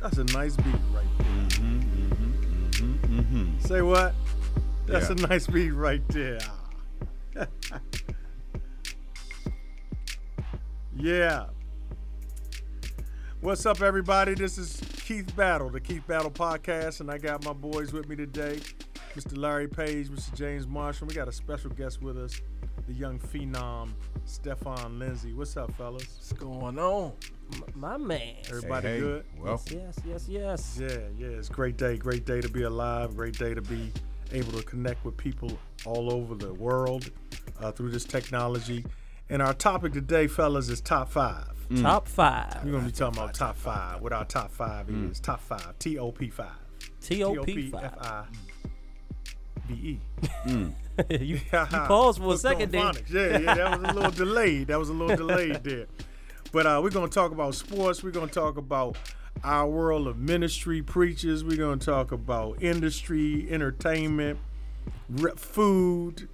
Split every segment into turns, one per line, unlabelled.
That's a nice beat right there.
Mm-hmm, mm-hmm, mm-hmm, mm-hmm.
Say what? That's
Yeah.
a nice beat right there. yeah. What's up, everybody? This is Keith Battle, the Keith Battle Podcast, and I got my boys with me today Mr. Larry Page, Mr. James Marshall. We got a special guest with us, the young phenom, Stefan Lindsay. What's up, fellas?
What's going on?
My man.
Everybody
hey, hey,
good?
Welcome.
Yes, yes, yes.
Yeah, yeah, it's a great day, great day to be alive, great day to be able to connect with people all over the world uh, through this technology. And our topic today, fellas, is top five.
Top
We're
five.
gonna be talking about top five. What our top five is? Top five. T O P five.
TOP
F
five.
I V E.
you, you paused for a
Hooked on
second there.
phonics. Yeah, yeah, that was a little delayed. That was a little delayed there. But uh, we're gonna talk about sports. We're gonna talk about our world of ministry, preachers. We're gonna talk about industry, entertainment, re- food,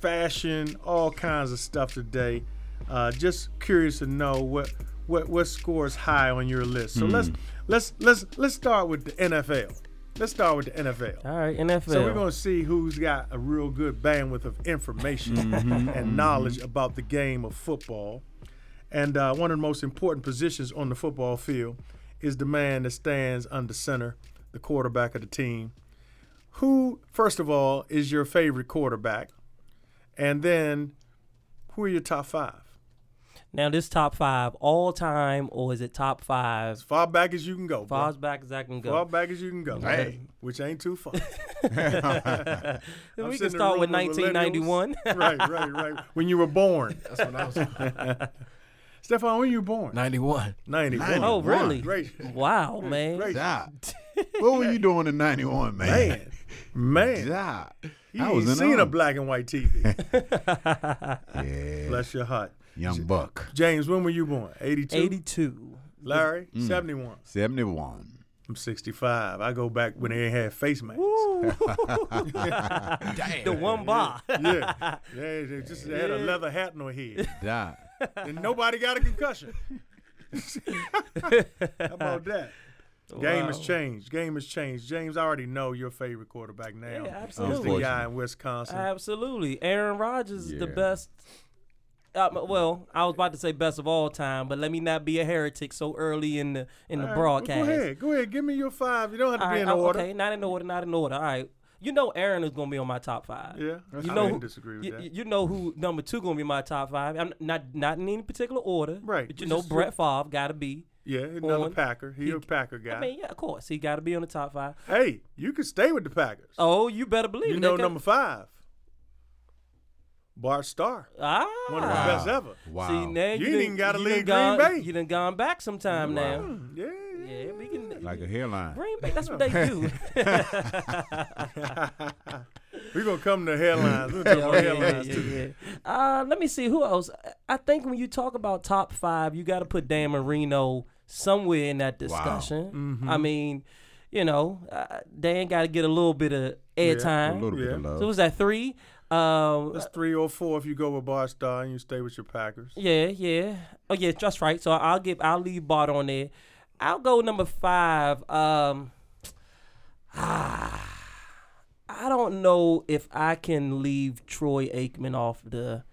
fashion, all kinds of stuff today. Uh, just curious to know what what what scores high on your list. So let's let's let's let's start with the NFL. Let's start with the NFL.
All right, NFL.
So we're gonna see who's got a real good bandwidth of information and knowledge about the game of football. And uh, one of the most important positions on the football field is the man that stands under center, the quarterback of the team. Who, first of all, is your favorite quarterback? And then, who are your top five?
now this top five all time, or is it top five?
As far back as you can go. bro.
Far as back as I can go.
Far back as you can go.
Hey.
Which ain't too far.
Then
I'm sitting
we
in
can
a room
start with
with millennials.
1991.
right, right, right. When you were born.
That's when I was
Stefan, when you were born?
91.
91.
oh,
One.
really?
Great.
Wow, man.
Great.
Doc, what were you doing in '91, man?
Man. Man.
Doc,
You
I
ain't
was in
seen a
on.
black and white TV.
Yeah,
Bless your heart.
young buck,
James, when were you born? 82?
82.
Larry?
Mm.
71.
seventy-one.
I'm 65. I go back when they ain't had face masks.
The one bar.
Yeah. yeah. They just had a leather hat on their head.
Doc,
and nobody got a concussion. How about that? Game has
Wow.
changed. Game has changed. James, I already know your favorite quarterback now.
Yeah,
It's the
absolutely.
guy in Wisconsin.
Absolutely. Aaron Rodgers is the
Yeah.
best. Uh, well, I was about to say best of all time, but let me not be a heretic so early in the in the
All right, well,
broadcast.
Uh, go ahead. Go ahead. Give me your five. You don't have to
All
be
right,
in
oh,
order.
Okay, not in order, not in order. All right. You know Aaron is gonna be on my top five.
Yeah. That's
You
fine.
know
I
who,
didn't disagree with
you,
that.
you- you know who number two gonna be my top five. I'm not not in any particular order.
Right,
But you
which
know
is-
Brett Favre gotta be.
yeah, another
on-
Packer. He,
he-
a Packer guy.
I mean, yeah, of course. He gotta be on the top five.
hey, you can stay with the Packers.
Oh, you better believe
you
it.
know
They got-
number five, Bart Starr.
Ah,
One of the best ever.
Wow.
See,
You
now you,
ain't
done-
even gotta
you
leave
done gone,
Green Bay.
You done gone back sometime now.
Hmm, Yeah.
Yeah, we can.
like a hairline.
Green Bay, that's what they do.
We're going to come to headlines. We're talking
Yeah,
about
yeah,
headlines,
yeah,
too.
yeah, yeah. Uh, let me see who else. I think when you talk about top five, you got to put Dan Marino somewhere in that discussion.
Mm-hmm.
I mean, you know, uh, Dan got to get a little bit of
A
airtime.
little bit of
Yeah.
love.
so was that three? Um,
That's three or four if you go with Bart Starr and you stay with your Packers.
yeah, yeah. Oh yeah, that's right. So I'll give I'll leave Bart on there. I'll go number five. Um, I don't know if I can leave Troy Aikman off the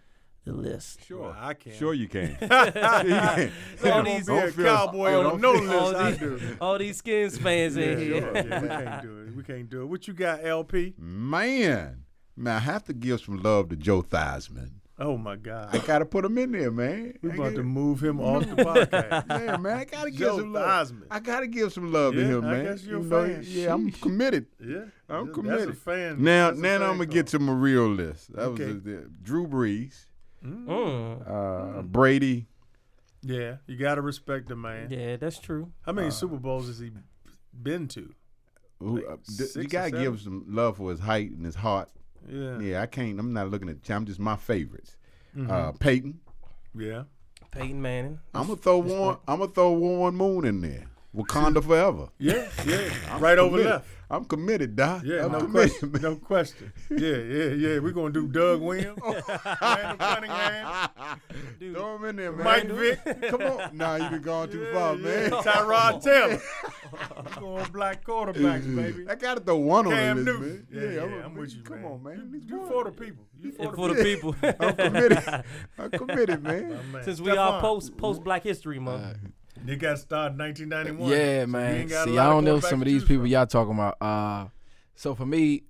the list.
Sure,
Well, I can.
Sure, you can.
All
Don't
these-
Be a
feel-
cowboy
oh,
on
don't
no
feel-
list. I
these,
do.
all these skins fans in here.
Sure, yeah, we can't do it. We can't do it. What you got, LP?
Mm. Man, man, I have to give some love to Joe Theismann.
Oh my
I
God,
gotta put him in there, man.
we
I
about to
gotta-
move him off the podcast.
Yeah, man, I gotta give
Joe
some love.
Theismann.
I gotta give some love
Yeah,
to him,
I
man.
guess you're a fan.
yeah, I'm
Sheesh.
committed.
Yeah,
I'm
that's
committed.
A fan,
Now,
that's a
now
fan
I'm gonna
call.
get to my real list. That
Okay.
was the, the- Drew Brees,
Mm.
uh,
Mm-hmm.
Brady.
Yeah, you gotta respect the man.
Yeah, that's true.
How
Uh.
many Super Bowls has he been to?
Who, uh, d-
six
you
or
gotta
seven?
give some love for his height and his heart.
Yeah, Mm-hmm. yeah.
Yeah, I can't. I'm not looking at. I'm just my favorites. Uh, Peyton.
Peyton Manning.
I'm gonna throw Warren. I'm gonna throw Warren Moon in there. Wakanda forever.
Yeah, yeah, right over
committed.
left.
I'm committed, Doc.
Yeah,
I'm
no
committed,
question,
man.
no question. Yeah, yeah, yeah. We're gonna do Doug Williams, Randall Cunningham,
Throw him in there, man.
Mike Vick,
Come on. Nah, you done gone too far, man.
Tyrod Taylor. going black quarterbacks, baby.
I gotta throw one
Cam
on this,
Newton.
man.
Yeah, yeah,
a-
I'm with you,
Come
man.
on, man. At least
You
one.
for the people. You for
And
the
for
people.
the people.
I'm committed. I'm committed, man.
My man.
Since we all
Stephon,
post post Black History Month.
They got started in 1991.
Yeah,
so you
man.
ain't got a
See,
lot
I
of
don't know
quarterbacks
some
to
of these
choose
people
from.
y'all talking about. Uh, so for me,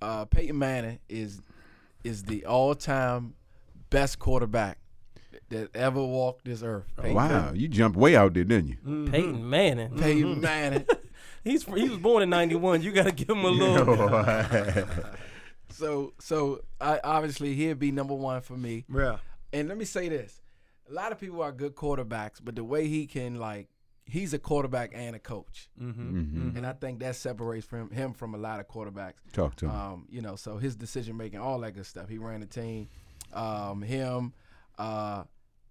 uh, Peyton Manning is is the all time best quarterback that ever walked this earth.
Oh,
Peyton
Wow, you jumped way out there, didn't you?
Mm-hmm.
Peyton Manning.
Peyton Manning.
He's fr- he was born in '91. You gotta give him a little.
so so I, obviously he'd be number one for me.
Yeah.
And let me say this: a lot of people are good quarterbacks, but the way he can like, he's a quarterback and a coach,
Mm-hmm.
Mm-hmm.
and I think that separates from him from a lot of quarterbacks.
Talk to me.
Um, you know, so his decision making, all that good stuff. He ran the team. Um, him. Uh,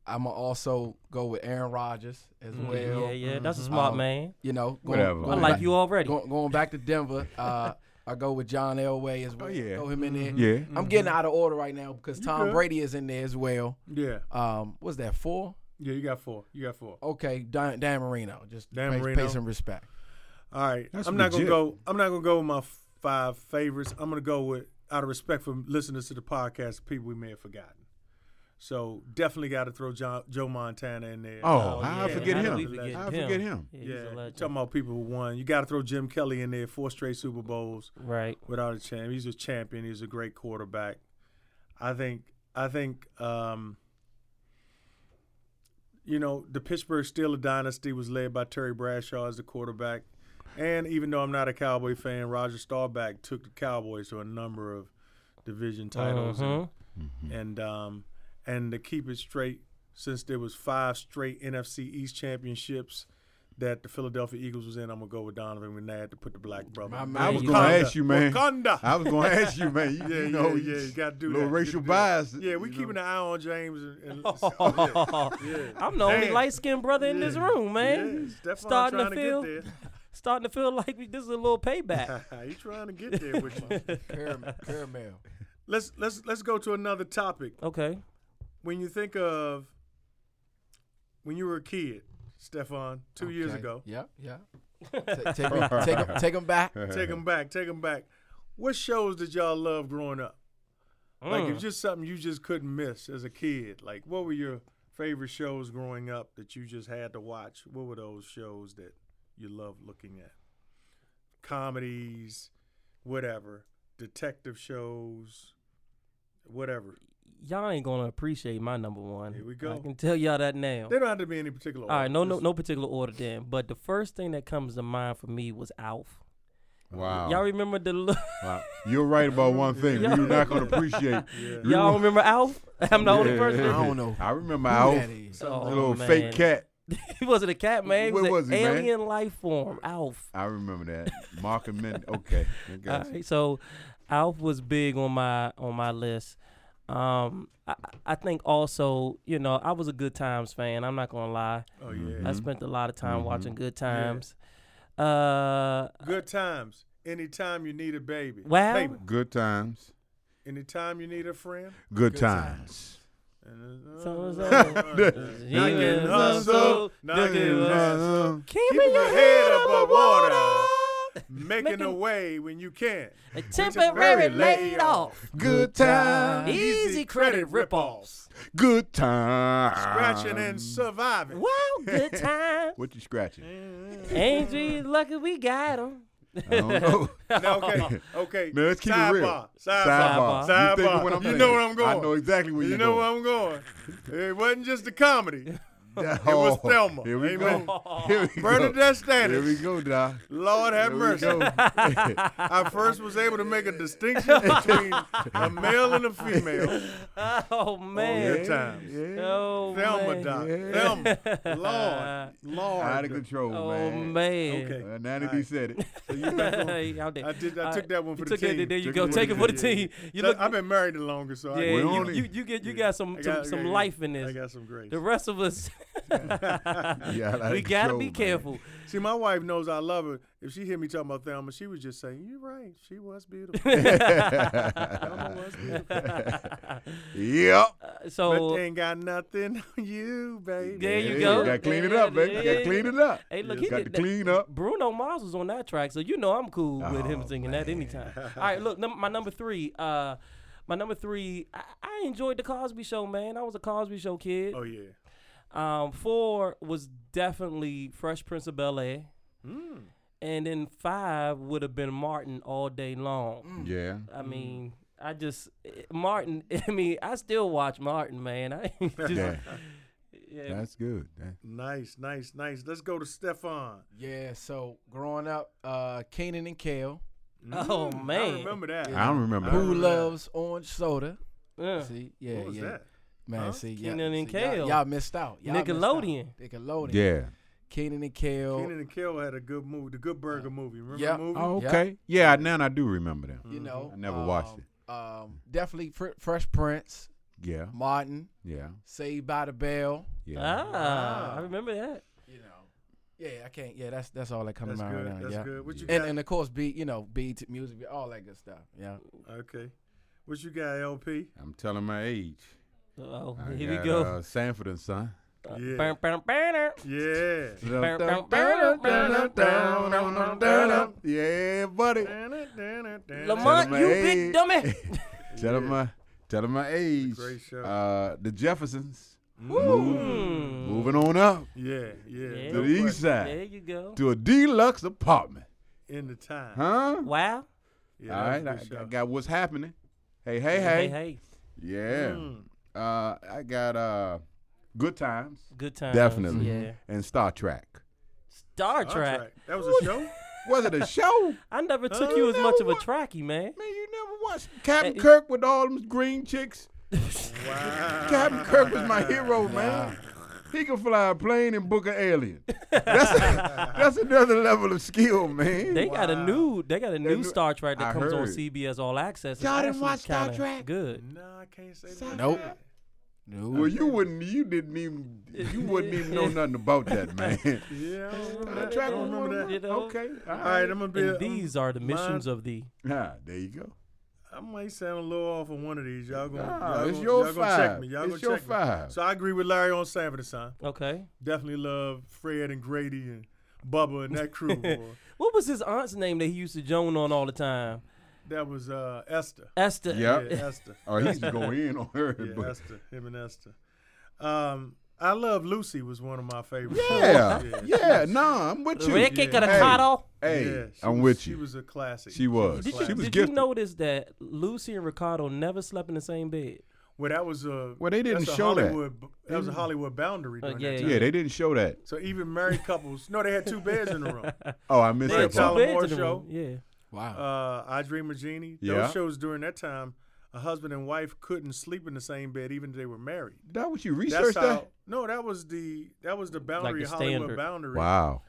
I'ma also go with Aaron Rodgers as well.
Mm, yeah, yeah, that's a
mm-hmm.
smart
Um,
man.
You know, going,
Whatever,
going
I
man.
like
back-
you already.
Going, going back to Denver, uh, I go with John Elway as well.
Oh, yeah. Mm-hmm.
Throw him in there.
Yeah.
I'm getting out of order right now because Tom
good.
Brady is in there as well.
Yeah.
Um, was that four?
Yeah, you got four. You got four.
Okay, Dan, Dan Marino. Just
Dan
pay,
Marino.
pay some respect.
All right.
That's
I'm not
legit.
gonna go. I'm not gonna go with my f- five favorites. I'm gonna go with out of respect for listeners to the podcast, people we may have forgotten. So definitely got to throw John, Joe Montana in there.
Oh,
yeah.
I forget
How do
him.
we forget
I
him?
forget him.
Yeah, he's
yeah.
a
You're
legend.
talking about people who won. You got to throw Jim Kelly in there. Four straight Super Bowls
Right.
without a champ. He's a champion. He's a great quarterback. I think. I think. Um, you know, the Pittsburgh Steelers dynasty was led by Terry Bradshaw as the quarterback, and even though I'm not a Cowboy fan, Roger Staubach took the Cowboys to a number of division titles,
Mhm.
and, and um, and to keep it straight, since there was five straight NFC East championships. That the Philadelphia Eagles was in, I'm gonna go with Donovan McNabb to put the black brother.
My
in.
man,
I was
you
gonna
know.
ask you, man.
Wakanda.
I was gonna ask you, man. You,
Yeah,
you know,
yeah, yeah, you gotta do
little
that.
racial
You gotta
bias.
Yeah, we
you
keeping
know.
an eye on James. And, and
Uh-huh. I'm the only
Damn.
light skinned brother in this room,
yeah,
man.
Stephon
Starting to
trying to,
feel,
get
starting to feel like we, this is a little payback.
there. He trying to get there with you.
Caram- Caramel.
let's let's let's go to another topic.
okay.
When you think of when you were a kid, Stefan, two years
Okay.
ago,
Yeah, yeah. Ta- take, me, take, him, take him back.
take them back, take them back. What shows did y'all love growing up? Like,
Mm.
if just something you just couldn't miss as a kid, like what were your favorite shows growing up that you just had to watch? What were those shows that you loved looking at? Comedies, whatever, detective shows, whatever.
Y'all ain't gonna appreciate my number one.
Here we go.
I can tell y'all that now.
They don't have to be any particular.
All right,
order,
no, no,
just-
no particular order then. But the first thing that comes to mind for me was Alf.
Wow.
Y'all remember the? Look?
Wow. You're right about one thing. You're not gonna appreciate. You
Y'all
were-
remember Alf? I'm the only
Yeah.
person.
I don't know.
I remember
Who
Alf,
that is.
Oh,
little
man.
fake cat.
He wasn't a cat, man. He was
What
an
was he, man?
alien life form, Alf.
I remember that. Mark and Mindy. Okay. I
All
got you.
right, so Alf was big on my on my list. Um, I, I- I think also, you know, I was a Good Times fan. I'm not gonna lie.
Oh yeah,
I spent a lot of time watching Good Times. Uh,
good times. Anytime you need a baby.
Wow.
Baby.
Good times.
Anytime you need a friend.
Good, times.
And, uh,
so, so,
Knock it hustle, knock it hustle.
keeping
Keeping
your
your head
head
above
above
water.
water.
making a way when you can.
A
very
temporary laid off.
Good times.
Easy credit ripoffs. Um,
Good times.
Scratching and surviving.
Wow, good time.
What you scratching?
Angie, lucky we got him.
I don't know.
Now, okay, okay.
Man, let's keep
Sidebar,
it real.
Sidebar.
Sidebar.
You, thinking what I'm
Sidebar. You
thinking.
know where I'm
I
going.
know exactly where
You
you're
know where
going.
I'm going. It wasn't just a comedy.
It
was Thelma.
Oh, Here we
Amen.
Oh,
go. Here we go.
Bernadette
Here we
Standish.
go, Doc.
Lord have
Here we
mercy.
go.
I first was able to make a distinction between a male and a female.
Oh man.
Good times.
Yeah.
Oh
Thelma,
man.
Doc.
Yeah.
Uh,
Thelma. Lord.
Out of
Lord.
control,
Oh
man.
man.
Okay.
Uh, now that he said it.
So you back on-
Hey, out there.
I did. I
All
took
right.
that one
Uh, You
for the
took
team.
it. There you
Took
go.
it.
Take it for the
Yeah, yeah.
team. You
So
look.
I've been married the longest, so
yeah,
I
We're
you,
on it.
you, you get you got some
I got-
some, some
yeah,
life in
I
this.
got some grace.
The rest of us,
Yeah,
we gotta be careful.
See, my wife knows I love her. If she hear me talking about Thelma, she was just saying, "You're right. She was beautiful. Thelma was beautiful.
Yep.
But
So
they ain't got nothing on you, baby."
There you
Yeah,
go.
Gotta clean it
There
up,
it
baby. Gotta
is.
clean it up.
Hey, look,
Yes.
he
got
did
to
that-
clean up.
Bruno Mars was on that track, so you know I'm cool with him
Oh,
singing that anytime. All right, look, num- my number three. Uh, my number three. I-, I enjoyed the Cosby Show, man. I was a Cosby Show kid.
Oh yeah.
Um, four was definitely Fresh Prince of Bel Air, Hmm. and then five would have been Martin all day long.
Yeah.
I mean. I just eh, Martin. I mean, I still watch Martin, man. I just,
Yeah.
yeah,
That's good. That-
Nice, nice, nice. Let's go to Stefan.
Yeah, so growing up, uh Kenan and Kale.
Oh, man.
Mm. I remember that.
I don't remember.
Who
Who
that.
loves orange soda?
yeah.
See, yeah,
What was
yeah,
that?
man. See, yeah,
Kenan and
see, y'all-
Kel.
Y'all, missed out. Y'all missed out.
Nickelodeon.
Nickelodeon.
Yeah.
Kenan and Kale.
Keenan and Kel had a good movie, the Good Burger movie. Remember
yeah.
the movie?
Oh,
Yeah.
okay. Yeah. now I do remember them.
you know,
I never watched
um, Um, definitely Fr- Fresh Prince,
Yeah.
Martin,
Yeah.
Saved by the Bell.
Yeah.
Ah, I remember that.
You know, yeah, I can't. Yeah, that's that's all that comes
That's
to mind
good.
right now.
That's
uh, yeah.
good. What you
And,
got?
and of course, beat you know, beat music, all that good stuff. Yeah,
okay. What you got, LP?
I'm telling my age.
Oh,
I
here we
got,
go. Uh,
Uh, Sanford and Son.
Yeah.
Bam, bam, bam.
Yeah.
Yeah, buddy.
Lamont,
Tell
you
'em,
big
hey.
dummy.
Tell him my tell him my age.
Great show.
Uh, the Jeffersons.
Mm.
Move- moving on up
Mm. Yeah, yeah.
Yeah.
to
No
the east
question.
side
there you go.
to a deluxe apartment.
In the time.
Huh?
Wow.
Yeah,
All
that
right,
was a good
I, I
show.
got what's happening. Hey, hey, hey.
Hey, Mm. hey.
Yeah. Uh, I got uh, Good Times
Good time.
Definitely.
Yeah.
and Star Trek.
Star
Star
Trek.
Trek. That was a show?
Was it a show? Man,
I never took
Oh,
you as
no,
much of a
what-
tracky, man.
you never watched Captain
Hey.
Kirk with all them green chicks.
wow.
Captain Kirk was my hero, man. He can fly a plane and book an alien. That's, that's another level of skill, man.
They got a new, they got a new
new-
Star Trek that
I
comes on
heard.
CBS All Access. It's
Y'all didn't
actually
watch Star
kinda
Trek?
Good.
No, I can't say that.
Nope. No.
well, you wouldn't. You didn't even. You wouldn't even know nothing about that, man.
Yeah, I don't remember
I
that.
try
I
to
don't remember that.
You know?
Okay. All
All right, I'm gonna be.
And
um,
I'm-
these are the missions of the.
Ah, there you go.
I might sound a little off on one of these. Y'all gonna,
Nah,
y'all
it's
gonna,
your
y'all gonna check
five.
me. Y'all
It's
gonna
your
check Me.
five.
So I agree with Larry on Sanford and Son.
Okay.
Definitely love Fred and Grady and Bubba and that crew. boy.
What was his aunt's name that he used to joan on all the time?
that was uh, Esther.
Esther.
Yeah,
Yeah.
Esther.
Oh, he's going in on her.
Yeah,
but
Esther. Him and Esther. Um, I love Lucy was one of my favorites.
yeah, yeah. Nah, I'm with you.
Ricky
Yeah.
Caracotto.
Hey,
Yeah, she
I'm
was-
with
She
you.
was a classic.
She was.
a
She was,
Did, you,
classic.
did you
gifted.
notice that Lucy and Ricardo never slept in the same bed?
Well, that was a.
Well, they didn't
that's a
show that. Mm-hmm.
Hollywood, that. was a Hollywood boundary.
Uh,
during
yeah,
that time.
yeah, they didn't show that.
So even married couples. No, they had two beds in the room.
Oh, I missed
They
that
had Tyler
part.
beds
Moore
in the
show.
room, Yeah.
wow.
uh, I Dream of Jeannie.
Yeah.
Those shows during that time, a husband and wife couldn't sleep in the same bed even if they were married.
That was you
That's
researched
how.
that?
No, that was the that was the boundary,
the
Hollywood
standard.
boundary.
Wow.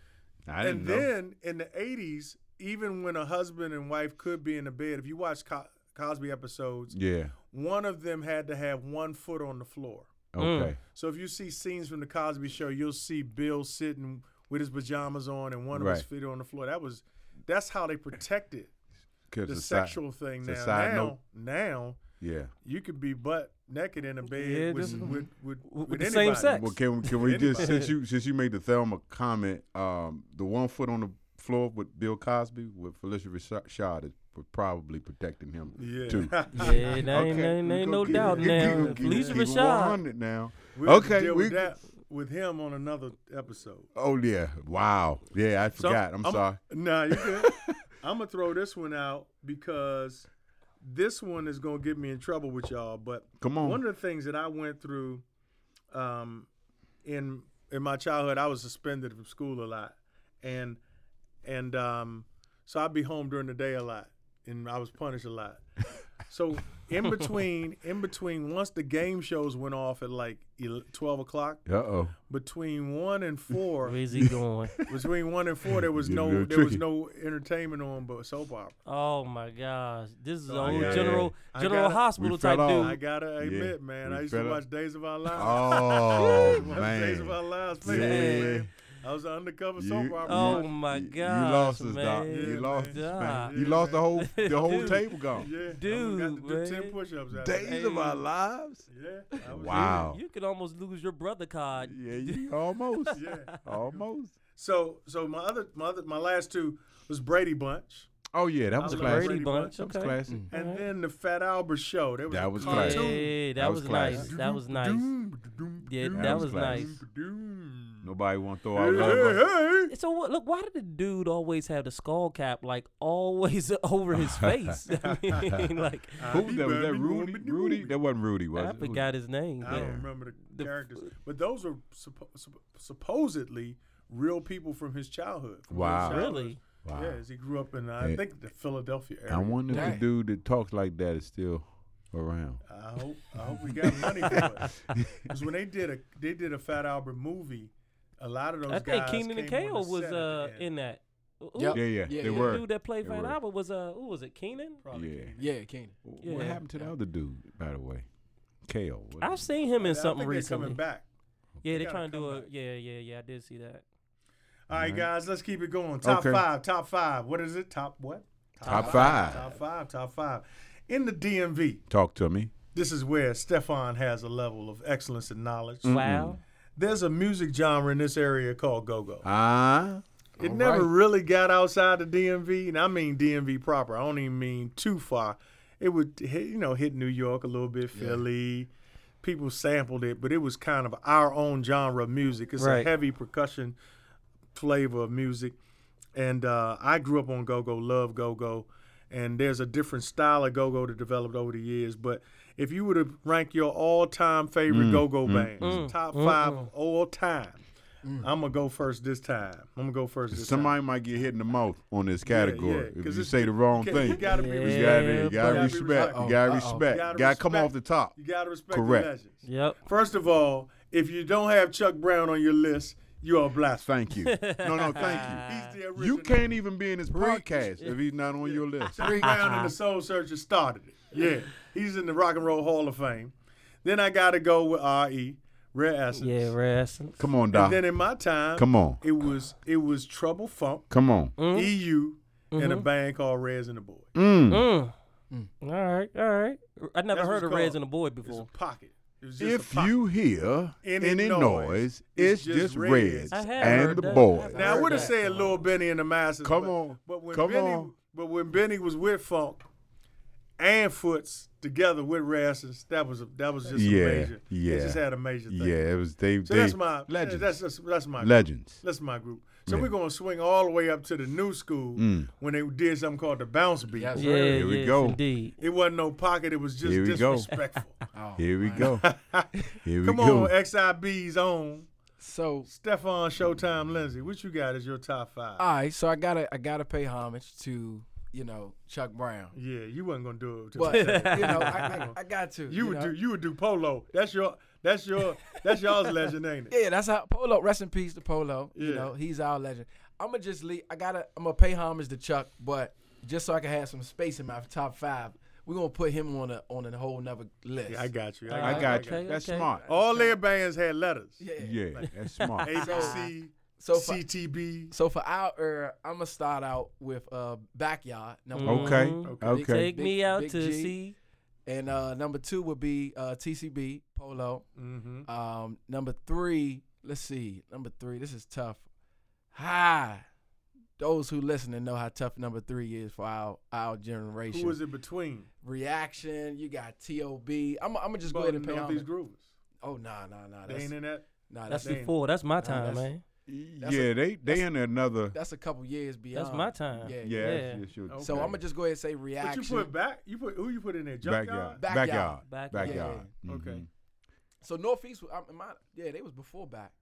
I didn't
And
know.
then in the eighties, even when a husband and wife could be in the bed, if you watch Co- Cosby episodes,
yeah.
one of them had to have one foot on the floor.
Mm.
Okay.
So if you see scenes from the Cosby Show, you'll see Bill sitting with his pajamas on and one of his
Right.
feet on the floor. That was that's how they protected
Cause
the
it's a side-
sexual thing
it's a
now.
side
now,
note.
now
Yeah.
you could be butt naked in a bed
Yeah,
with,
just-
with, with, with,
with the same
anybody.
sex.
Well, can we, can we just
Anybody.
since you since you made the Thelma comment, um, the one foot on the floor with Bill Cosby with Felicia Rashad is p- probably protecting him
Yeah.
too.
Yeah, there ain't, there ain't-
Okay,
there ain't
we gonna
no
keep-
doubt
keep-
now.
keep- keep-
Felicia
keep it
Rashad.
100 now.
We'll have to
Okay,
deal
we-
with that with him on another episode.
Oh yeah, wow, yeah, I
So,
forgot. I'm, sorry.
Nah, you good. I'm gonna throw this one out because this one is gonna get me in trouble with y'all. But
Come on.
one of the things that I went through um, in in my childhood, I was suspended from school a lot, and and um, so I'd be home during the day a lot, and I was punished a lot. So in between, in between, once the game shows went off at like ele- twelve o'clock,
Uh oh.
between one and four,
Where's he going?
between one and four, there was
Get a
no there
little
was
tricky.
no entertainment on but soap opera.
oh my gosh. This is a
Oh,
I
old
got it.
general
I
general
got it.
hospital
We
type
fell
dude.
off.
I gotta admit, man,
we
I used to
fell
watch Days of Our Lives.
Oh
Days of
man,
Our her last play.
Yeah.
man. I was an undercover soap opera.
Oh,
watch.
my
you-
gosh,
You lost us, Doc.
man.
You lost us,
Yeah,
man.
man.
You lost the whole the whole
Dude.
table gone.
yeah,
Dude,
I got to do ten
man.
push-ups. after
Days
that.
of our lives.
Yeah. I was-
Wow.
You could almost lose your brother card.
Yeah, you, almost.
Yeah.
Almost.
So, so my other, my other, my last two was Brady Bunch,
Oh yeah, that was
love
classic.
Brady
Brady Bunch.
Bunch,
That was
Okay. Mm.
classic.
Mm.
and
Uh-huh.
then the Fat Albert Show. There was
That
a
was
Yeah,
classic.
cartoon.
that,
That was
was, nice.
classic.
That was nice.
Doom, doom,
Yeah,
doom,
that,
was
was,
classic.
nice.
doom.
Nobody want to throw
Hey,
out love.
hey, hey.
So what, look, why did the dude always have the skull cap like always over his face? I mean, like
Who was
He
that? Was that
better be
Rudy?
moving the
Rudy?
movie.
That wasn't Rudy, was
I
it? Who-
forgot his name.
I
but-
don't remember the,
The f-
characters, but those are suppo- suppo- supposedly real people from his childhood. from his
Wow.
childhood.
Really?
Wow.
Yeah, as he grew up in, I
Hey.
think, the Philadelphia area.
I wonder if the
Dang.
dude that talks like that is still around.
I hope I hope we got money for it. Because when they did a they did a Fat Albert movie, a lot of those
I think
guys
Keenan and
came on
Kale
the
was
set at
uh
the end.
in that. Who-
Yep.
Yeah, yeah,
Yeah,
they
yeah.
The
were.
dude that played
They
Fat
were.
Albert was uh who was it? Keenan?
Probably
yeah.
Keenan.
Yeah, Keenan.
What
Yeah.
happened to the other dude, by the way? Kale. what-
I've seen him
I
in
think
something
they're
recently.
coming back.
Yeah,
They
they're
gotta
trying to do
come
a
back.
yeah, yeah, yeah. I did see that.
All
Mm-hmm.
right, guys, let's keep it going. Top
Okay.
five, top five. What is it? Top what?
Top five.
Top five, top five. In the DMV,
Talk to me.
this is where Stefan has a level of excellence and knowledge.
Wow.
There's a music genre in this area called go-go.
Ah.
It
All
never
right.
really got outside the DMV, and I mean DMV proper. I don't even mean too far. It would, hit, you know, hit New York a little bit, Philly. People sampled it, but it was kind of our own genre of music. It's
Right.
a heavy percussion flavor of music, and uh, I grew up on go-go, love go-go, and there's a different style of go-go that developed over the years. But if you were to rank your all-time
Mm,
favorite go-go bands, top five of all time, I'm gonna go first this time. I'm gonna go first this time.
Somebody might get hit in the mouth on this
Yeah,
category
yeah, 'cause
if you
it's-
say the wrong
you
thing.
gotta be
You
respectful.
gotta,
Yeah,
you gotta
but-
respect. You
Uh-oh.
gotta
Uh-oh.
respect.
Gotta
You gotta come
respect.
off the top.
You gotta respect
Correct.
the legends.
Yep.
First of all, if you don't have Chuck Brown on your list, you are blasphemous.
Thank you. No, no,
He's
thank
the
you.
original.
You can't even be in this podcast if he's not on your list.
Chuck Brown and the Soul Searchers started it. Yeah, he's in the Rock and Roll Hall of Fame. Then I gotta go with R.E. Rare Essence.
Yeah, rare essence.
Come on,
And
Doc.
then uh, in my time,
Come on.
it was it was Trouble Funk,
Come on.
Mm-hmm.
EU, and a band called Reds and the Boys.
Mm. All right, all right. I never
That's
heard
what's
of Reds
called-
and the Boy
It's a
before.
pocket. It was just
If
a pocket.
you hear
Any
any,
noise,
noise, it's just Reds
Reds.
I have
and
heard
the
that.
boys.
I've
Now I
heard
would have
that.
said Lil Benny and the Masters.
Come
but,
on.
but when
Come
Benny,
on.
but when Benny was with Funk and Foots together with Rassens, that was a, that was just
Yeah,
a major.
yeah.
They just had a major thing.
Yeah, it was they.
So
they
that's my
legends.
That's that's, that's my
legends.
That's my group. So
Yeah. Mm.
we're gonna swing all the way up to the new school when they did something called the bounce beat.
Yes,
Yeah,
sir.
Here we
yes,
go.
Indeed.
It wasn't no pocket. It was just
Here we go.
disrespectful.
Oh,
Here we
man.
go. Here we
Come
go.
on, XIB's own
So
Stefan Showtime Lindsay. What you got as your top five?
all right, so I gotta I gotta pay homage to you know Chuck Brown,
yeah, you wasn't gonna do it. To
but
me.
you know I, I, I got to.
You would
know?
do you would do polo. That's your that's your that's y'all's legend, ain't it?
Yeah, that's how Polo. Rest in peace to Polo. You
Yeah.
know, he's our legend. I'm gonna just leave. I gotta. I'm gonna pay homage to Chuck, but just so I can have some space in my top five, we're gonna put him on a on a whole nother list.
I got you.
I got you.
Okay,
That's
okay.
smart.
All their bands had letters.
Yeah.
Yeah, that's smart.
ABC,
So for,
CTB.
so for our era, I'm gonna start out with uh backyard number
Mm.
one,
Okay.
Mhm.
Okay.
Take
Big-
me out
Big
to
G.
see.
and uh, number two would be uh, TCB Polo.
Mm-hmm.
Um, number three, let's see. Number three, this is tough. Hi. Those who listen and know how tough number three is for our our generation.
Who was it between?
Reaction. You got Tob. I'm I'm gonna just go
Well,
ahead and pay
Northeast
homage.
Groovers.
Oh nah nah nah.
They
That's
ain't in that.
nah,
That's
that's
Damn.
before. That's my time,
that's-
man.
yeah, they they in another.
that's a couple years beyond.
my time.
Yeah.
Yeah.
yeah.
that's- that's your-
Okay.
So I'm gonna just go ahead and say
But
reaction.
you put back. You put who you put in there? Junkyard.
backyard,
Backyard.
backyard,
Backyard.
backyard.
Okay.
Mhm.
so Northeast, was- I'm, my, yeah, they was before back.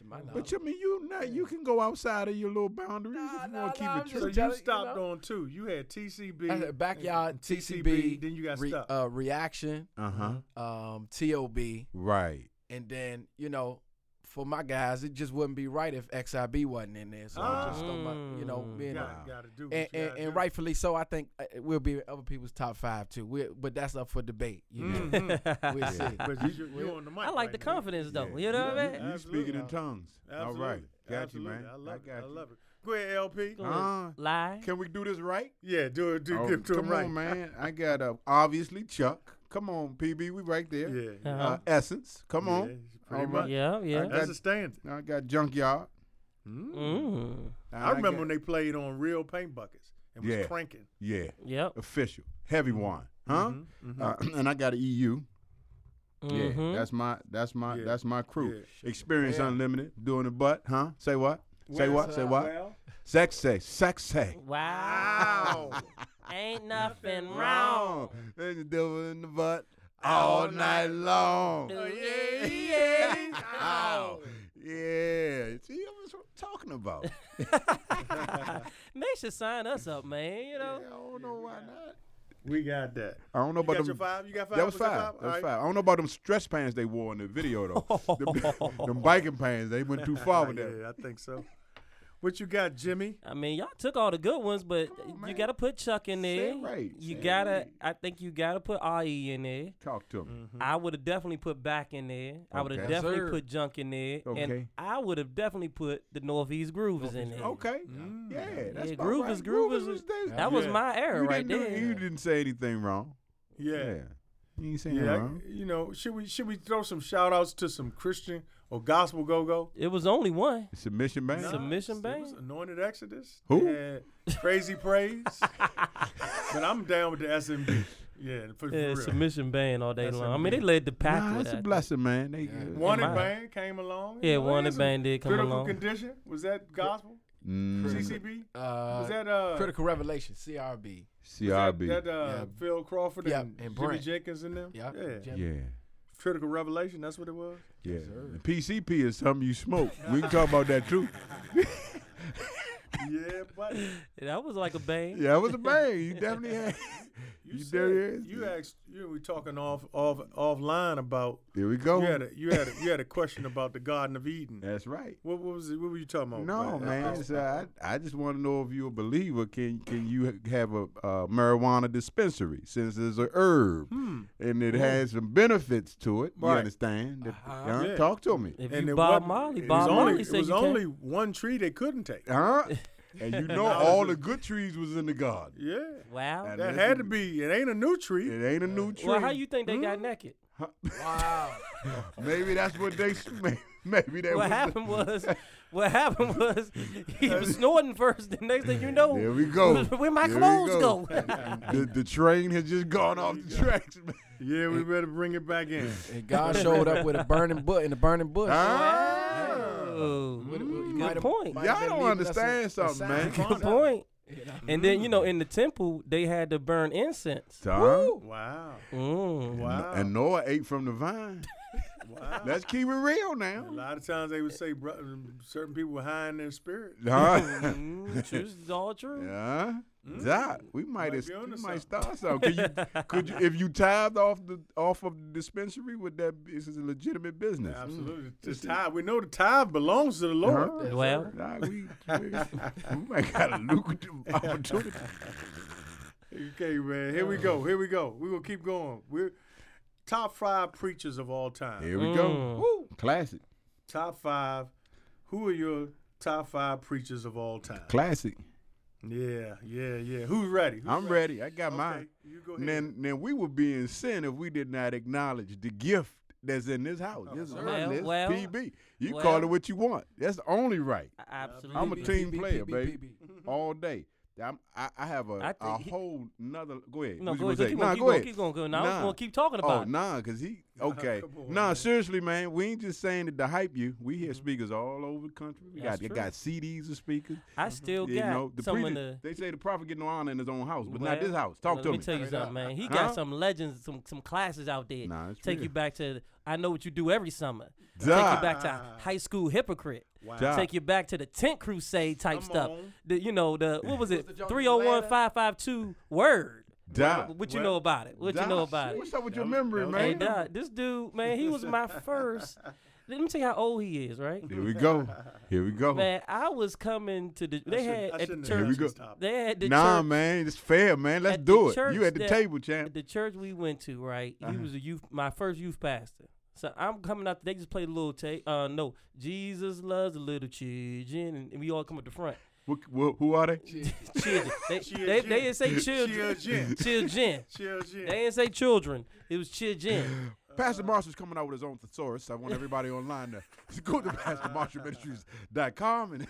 To my knowledge.
But you I mean you not you can go outside of your little boundaries
Nah,
if you
nah,
want to keep
nah, I'm
it
just
So
true.
telling
you
you
stopped
know.
on two. You had TCB,
I said backyard,
and
TCB,
Then you got
re-
stuck.
uh,
Uh-huh.
reaction,
Uh huh.
um, Tob,
Right.
and then you know, for my guys, it just wouldn't be right if XIB wasn't in there. So I just don't, mind, you know,
Mm.
being
Gotta, gotta do. what
and,
you
and,
gotta
and
do.
rightfully so, I think uh, we'll be in other people's top five too. We're, but that's up for debate. You
Mm.
know, we'll see.
But you, you on the mic.
I like the
right now.
confidence though. You know what I mean?
You
Absolutely.
speaking in tongues.
Absolutely.
All right. Got
Absolutely.
you, man.
I love
got
it. I
you.
love it. Go ahead, LP.
Uh,
Lie.
can we do this right?
Yeah, do it. Do
Oh,
give it to
come
him right.
on, man. I got uh, obviously Chuck. Come on, PB. We right there.
Yeah.
Uh,
Uh-huh.
Essence. Come
Yeah,
on.
pretty
All
much.
right.
Yeah, yeah.
That's a standard.
I got Junkyard.
Mm.
I remember
got-
when they played on real paint buckets and was
Yeah.
cranking.
Yeah.
Yep.
Official. Heavy
Mm-hmm.
wine. Huh? Uh, and I got an EU. Yeah.
Mm-hmm.
That's my that's my
Mm-hmm. Yeah.
that's my crew.
Yeah. uh,
Experience unlimited. Doing the butt, huh? Say what? Say what? Say what? Sexy. Sexy.
Wow.
Ow.
Ain't nothing wrong.
Wrong. There's a devil in the butt all night long.
Oh,
yeah, Oh.
Ow. Yeah. See, that's what I'm talking about.
They should sign us up, man. You
I
know.
don't know why not.
we got that.
I don't know
You
about
got
them.
your five? You got five?
That was
Was that
five. That was
All right.
five. I don't know about them stretch pants they wore in the video though. them, them biking pants, they went too far with that.
Yeah, I think so. What you got, Jimmy?
I mean, y'all took all the good ones, but you
man.
gotta put Chuck in
Say
there.
it right.
You
Say it
gotta.
right.
I think you gotta put IE in there.
Talk to me.
Mm-hmm.
I would have definitely put back in there. I would have
Mm-hmm. Okay.
definitely
Sir.
put junk in there, and
Okay.
I would have definitely put the Northeast Groovers in there.
Okay.
Mm.
Yeah, that's
Yeah,
about
Groovers,
right.
Groovers
was
was-
there.
That was
Mm-hmm. Yeah.
my era
you
right
didn't do-
there.
you didn't say anything wrong.
Yeah.
You ain't
Yeah.
saying wrong.
you know, should we should we throw some shout outs to some Christian or gospel go go?
It was only one.
Submission man.
Submission
It was
Band?
Anointed Exodus.
Who?
Yeah, Crazy Praise. but I'm down with the SMB. Yeah, for, for
Yeah,
real.
submission ban all day
That's
long. I
a
mean, they led the pack
nah,
with
that's
that.
a blessing, man. They,
Wanted
Am I-
Band came along.
Yeah,
You know, they
Wanted
had some
Band did come
critical
along.
condition. Was that gospel?
Mm,
CCB?
Uh,
Was that uh
Critical Revelation, CRB.
that,
CRB.
that, uh,
Yeah.
Phil Crawford
Yeah,
and,
and
Jimmy
Brant.
Jenkins in them?
Yep.
Yeah.
Jim-
yeah.
Critical Revelation, that's what it was.
Yeah.
sir.
The PCP is something you smoke. we can talk about that too.
yeah, but
That was like a bang.
Yeah, it was a bang. You definitely had.
you,
You
said
there is.
you asked you were talking off off offline about
Here we go.
you had a you had a, you had a question about the Garden of Eden.
That's right.
What, what was it? What were you talking about? uh,
No,
Right?
man. So I, I just want to know if you're a believer. Can can you have a, uh marijuana dispensary since it's a herb and it has some benefits to it?
Hmm.
You
Right. Uh-huh.
understand? That- huh?
Yeah.
Talk to me.
If
And
you
it
Bob
wasn't-
Marley,
it
Bob
was
Marley
only,
said
it was
you
only
can't.
one tree they couldn't take.
Huh? Uh-huh. and you know all the good trees was in the garden.
Yeah,
Wow.
And
that
this
had
is-
to be. It ain't a new tree.
It ain't a new tree. Hmm?
Well, how you think they got naked?
Wow.
maybe that's what they. s- may- Maybe that
What
was. the-
happened was, what happened was, he was snorting first. The next thing you know,
There we go.
Where my
There we
clothes
go.
go?
the, the train has just gone off the tracks, man.
Yeah, we better bring it back in.
and God showed up with a burning bush in a burning bush.
Oh,
What it- what- you
good
might have-
point.
might have
Y'all
been
don't
leaving us a-
understand
a
something,
sign.
man.
Good point. And then you know, in the temple, they had to burn incense.
Huh?
Wow,
Mm.
wow,
And Noah ate from the vine.
wow.
Let's keep it real
a
now.
lot of times they would say bro, um, certain people were high in their spirit.
Huh?
Mm, true, it's all true.
Yeah. Doc, we
Mm-hmm.
might
Might
as-
be
we
onto
might start something. Could you, could you, if you tithed off the off of the dispensary, would that be, this is a legitimate business? Mm.
Absolutely. The tithe. We know the tithe belongs to the Lord.
Huh?
Well.
Doc, we, we, we might got a lucrative opportunity.
Okay, man. Here we
Uh.
go. Here we go. We're going to keep going. We're top five preachers of all time.
Here we
mm.
Mm.
go. Woo. Classic.
Top five. Who are your top five preachers of all time?
Classic.
Yeah, yeah, yeah. Who's ready? Who's
I'm ready. I got
Okay,
mine.
you go ahead.
And then, then we would be in sin if we did not acknowledge the gift that's in this house.
Oh,
This is her
Well,
list,
well,
PB. You
well.
call it what you want. That's the only right.
Absolutely.
I'm a team
PB,
player,
PB,
baby,
Mm-hmm.
all day. I'm, I, I have
I
a,
think
a
he-
whole nother. Go ahead.
No,
What you
go
gonna
ahead.
say?
Keep
Nah,
on, keep
go
on,
ahead.
keep on, going. Now I'm
Nah.
just gonna keep talking
Oh,
about. it.
nah, because he, okay.
come on,
nah,
man. Mm-hmm.
seriously, man, we ain't just saying it to hype you. We hear speakers all over the country. We
That's
got, they
true.
got CDs of speakers.
I still
You know,
got
the
some of
preacher-
the.
they say the prophet get no honor in his own house, but
Well,
not this house. Talk
let
to
me.
me.
tell you something, man. He got
Huh?
some legends, some some classes out there.
Nah, it's
Take
real.
you back to I know what you do every summer. Take
Duh. Ah.
you back to high school hypocrite.
Wow.
Duh.
Take you back to the tent crusade type
Come
stuff.
on.
The you know the what was it?
the joint
Three hundred one five five two word.
Duh.
What you know about it? What you
Doc,
know about
shit,
it?
What's up with your
That was-
memory,
that was-
man?
Hey, Doc, this dude, man, he was my first. Let me tell you how old he is, right?
Here we go. Here we go.
Man, I was coming to the. They had
I
at the
shouldn't
Here
have
we
asked
church.
go.
this topic.
They had the
nah,
church.
man, it's fair, man. Let's
at the
do it.
church
You at the
that-
table,
At
champ.
the church we went to, right?
Uh-huh.
He was a youth, my first youth pastor. So I'm coming out. They just played a little tape. Uh, no, Jesus loves the little children, and, and we all come up the front.
Who, who, who are they?
Children. They, they, they didn't say children.
Children.
Children. They
Children.
didn't say children. It was children.
Pastor Marshall's coming out with his own thesaurus. I want everybody online to go to PastorMarshallMinistries.com and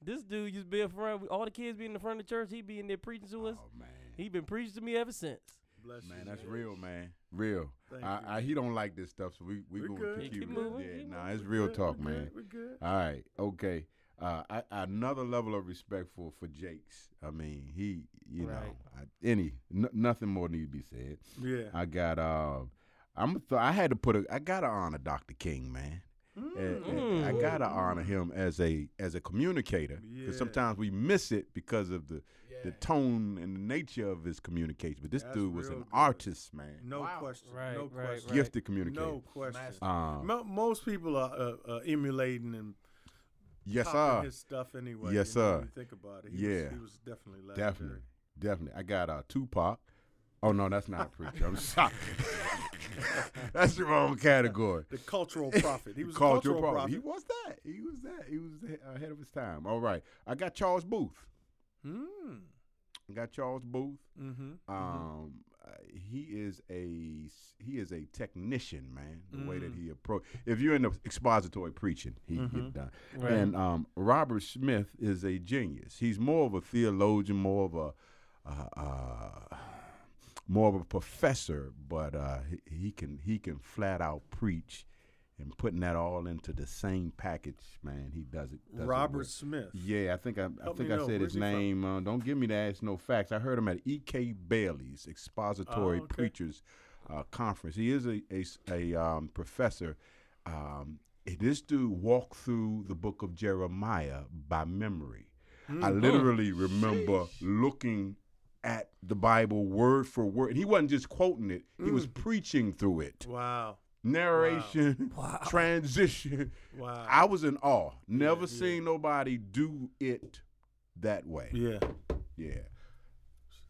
This dude used to be in front. All the kids be in the front of the church. He be in there preaching to us.
oh man.
He been preaching to me ever since.
Bless you,
Man, that's real, man. Real.
Thank you.
I, I, he don't like this stuff, so we we
We're
going
good.
to
Keep
keep, it.
moving,
Yeah,
keep
nah,
moving.
it's real
We're
talk,
good,
man.
We're good.
All right, okay. Uh, I, another level of respect for for Jake's. I mean, he, you know,
Right.
I, any n- nothing more need to be said.
Yeah.
I got um, I'm a th- I had to put a I gotta honor Dr. King, man. And-
Mm.
Mm.
and eh, I gotta honor him as a as a communicator because
Yeah.
sometimes we miss it because of the the tone and the nature of his communication. But this
That's
dude was
real
an
good.
artist, man,
No
Wow.
question.
Right,
no
right,
question.
right.
gifted communicator.
No question.
Um,
Mo- most people are uh, uh, emulating and
yes,
copying
sir.
his stuff anyway.
Yes,
you know,
sir.
When you think about it. He was-
Yeah.
he was definitely legendary.
Definitely, definitely. I got uh, Tupac. Oh no, that's not a preacher. I'm sorry. that's the wrong category.
The cultural prophet. He was a
Cultural
cultural
problem.
prophet.
He was that. He was that. He was the- ahead of his time. All right. I got Charles Booth. I got Charles Booth.
Hmm. Mm-hmm.
Um, uh, he is a s- he is a technician, man. The way
Mm.
that he approach. If you're in the expository preaching, he
Mm-hmm.
get done. And um, Robert Smith is a genius. He's more of a theologian, more of a uh, uh, more of a professor, but uh, he, he can he can flat out preach. And putting that all into the same package, man, he does it. does it
Robert
well.
Smith.
Yeah, I think I, I
Help
think
me
I
know.
said
Where's
his
he from?
name. Uh, don't give me the ass no facts. I heard him at E.K. Bailey's Expository
Oh, okay.
Preachers uh, Conference. He is a a, s- a, um, professor. Um, and this dude walked through the book of Jeremiah by memory. I
Mm-hmm.
literally remember looking at the Bible word for word, and he wasn't just quoting it; he was preaching through it
Mm. Wow.
narration, transition.
Wow.
I was in awe. Never seen nobody do it that way. Yeah.
Yeah.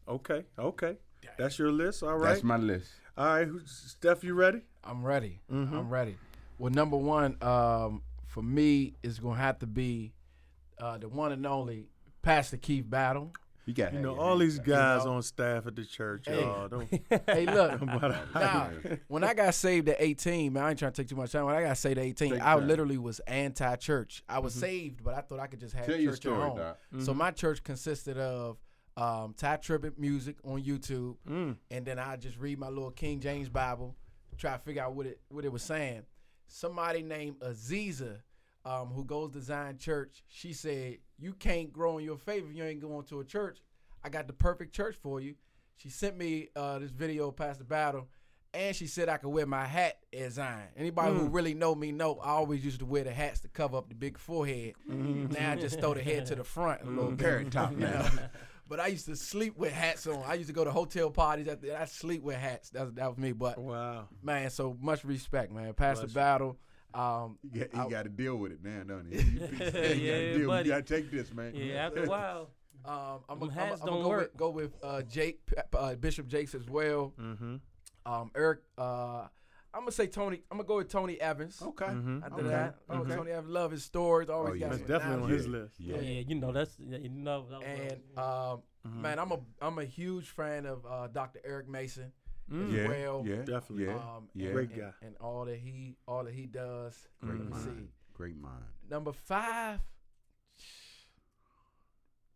Okay. Okay. That's your list. All right.
That's my list.
All right. who's- Steph, you ready?
I'm ready. I'm ready. Well, number one, um, for me, is gonna have to be uh, the one and only Pastor Keith Battle.
You got
You know, all these guys on staff at the church,
Hey.
y'all. Don't,
Hey, look,
but I-
Nah, when I got saved at 18, man, I ain't trying to take too much time. When I got saved at 18, I literally was anti-church. I was saved, but I thought I could just have
Tell
church
your story,
at home.
Doc.
So my church consisted of um, Ty Tribbett music on YouTube, and then I just read my little King James Bible, try to figure out what it what it was saying. Somebody named Aziza, um, who goes to Zion Church, she said, "You can't grow in your faith if you ain't going to a church. I got the perfect church for you." She sent me uh, this video past the battle, and she said I could wear my hat at Zion. Anybody
Mm.
who really know me know I always used to wear the hats to cover up the big forehead.
Mm-hmm.
Now I just throw the head to the front a little
Parrot top now.
But I used to sleep with hats on. I used to go to hotel parties. After, I sleep with hats. That was, that was me. But
wow.
man, so much respect, man. Pastor Battle. Um,
He got, he got to deal with it now, don't he? You piece of- you gotta
Yeah,
deal-
buddy.
You got to take this, man.
Yeah, after a while.
Um, I'm
Them
gonna
hats don't
go,
work.
With, go with uh, Jake uh, Bishop Jakes as well. Mm-hmm. Um, Eric, uh, I'm gonna say Tony. I'm gonna go with Tony Evans.
Okay.
Mm-hmm.
After
okay.
that, oh, Tony Evans, love his stories. Always
Oh, yeah.
got
That's
some
Definitely on
knowledge.
his list.
Yeah, you know that's you know. That was,
And um, man, I'm a I'm a huge fan of uh, Dr. Eric Mason as
Yeah,
well.
yeah,
Mm-hmm. Definitely.
Yeah,
Um,
yeah.
and-
Great
and-
guy.
And all that he all that he does. Let me see.
Great mind.
Number five,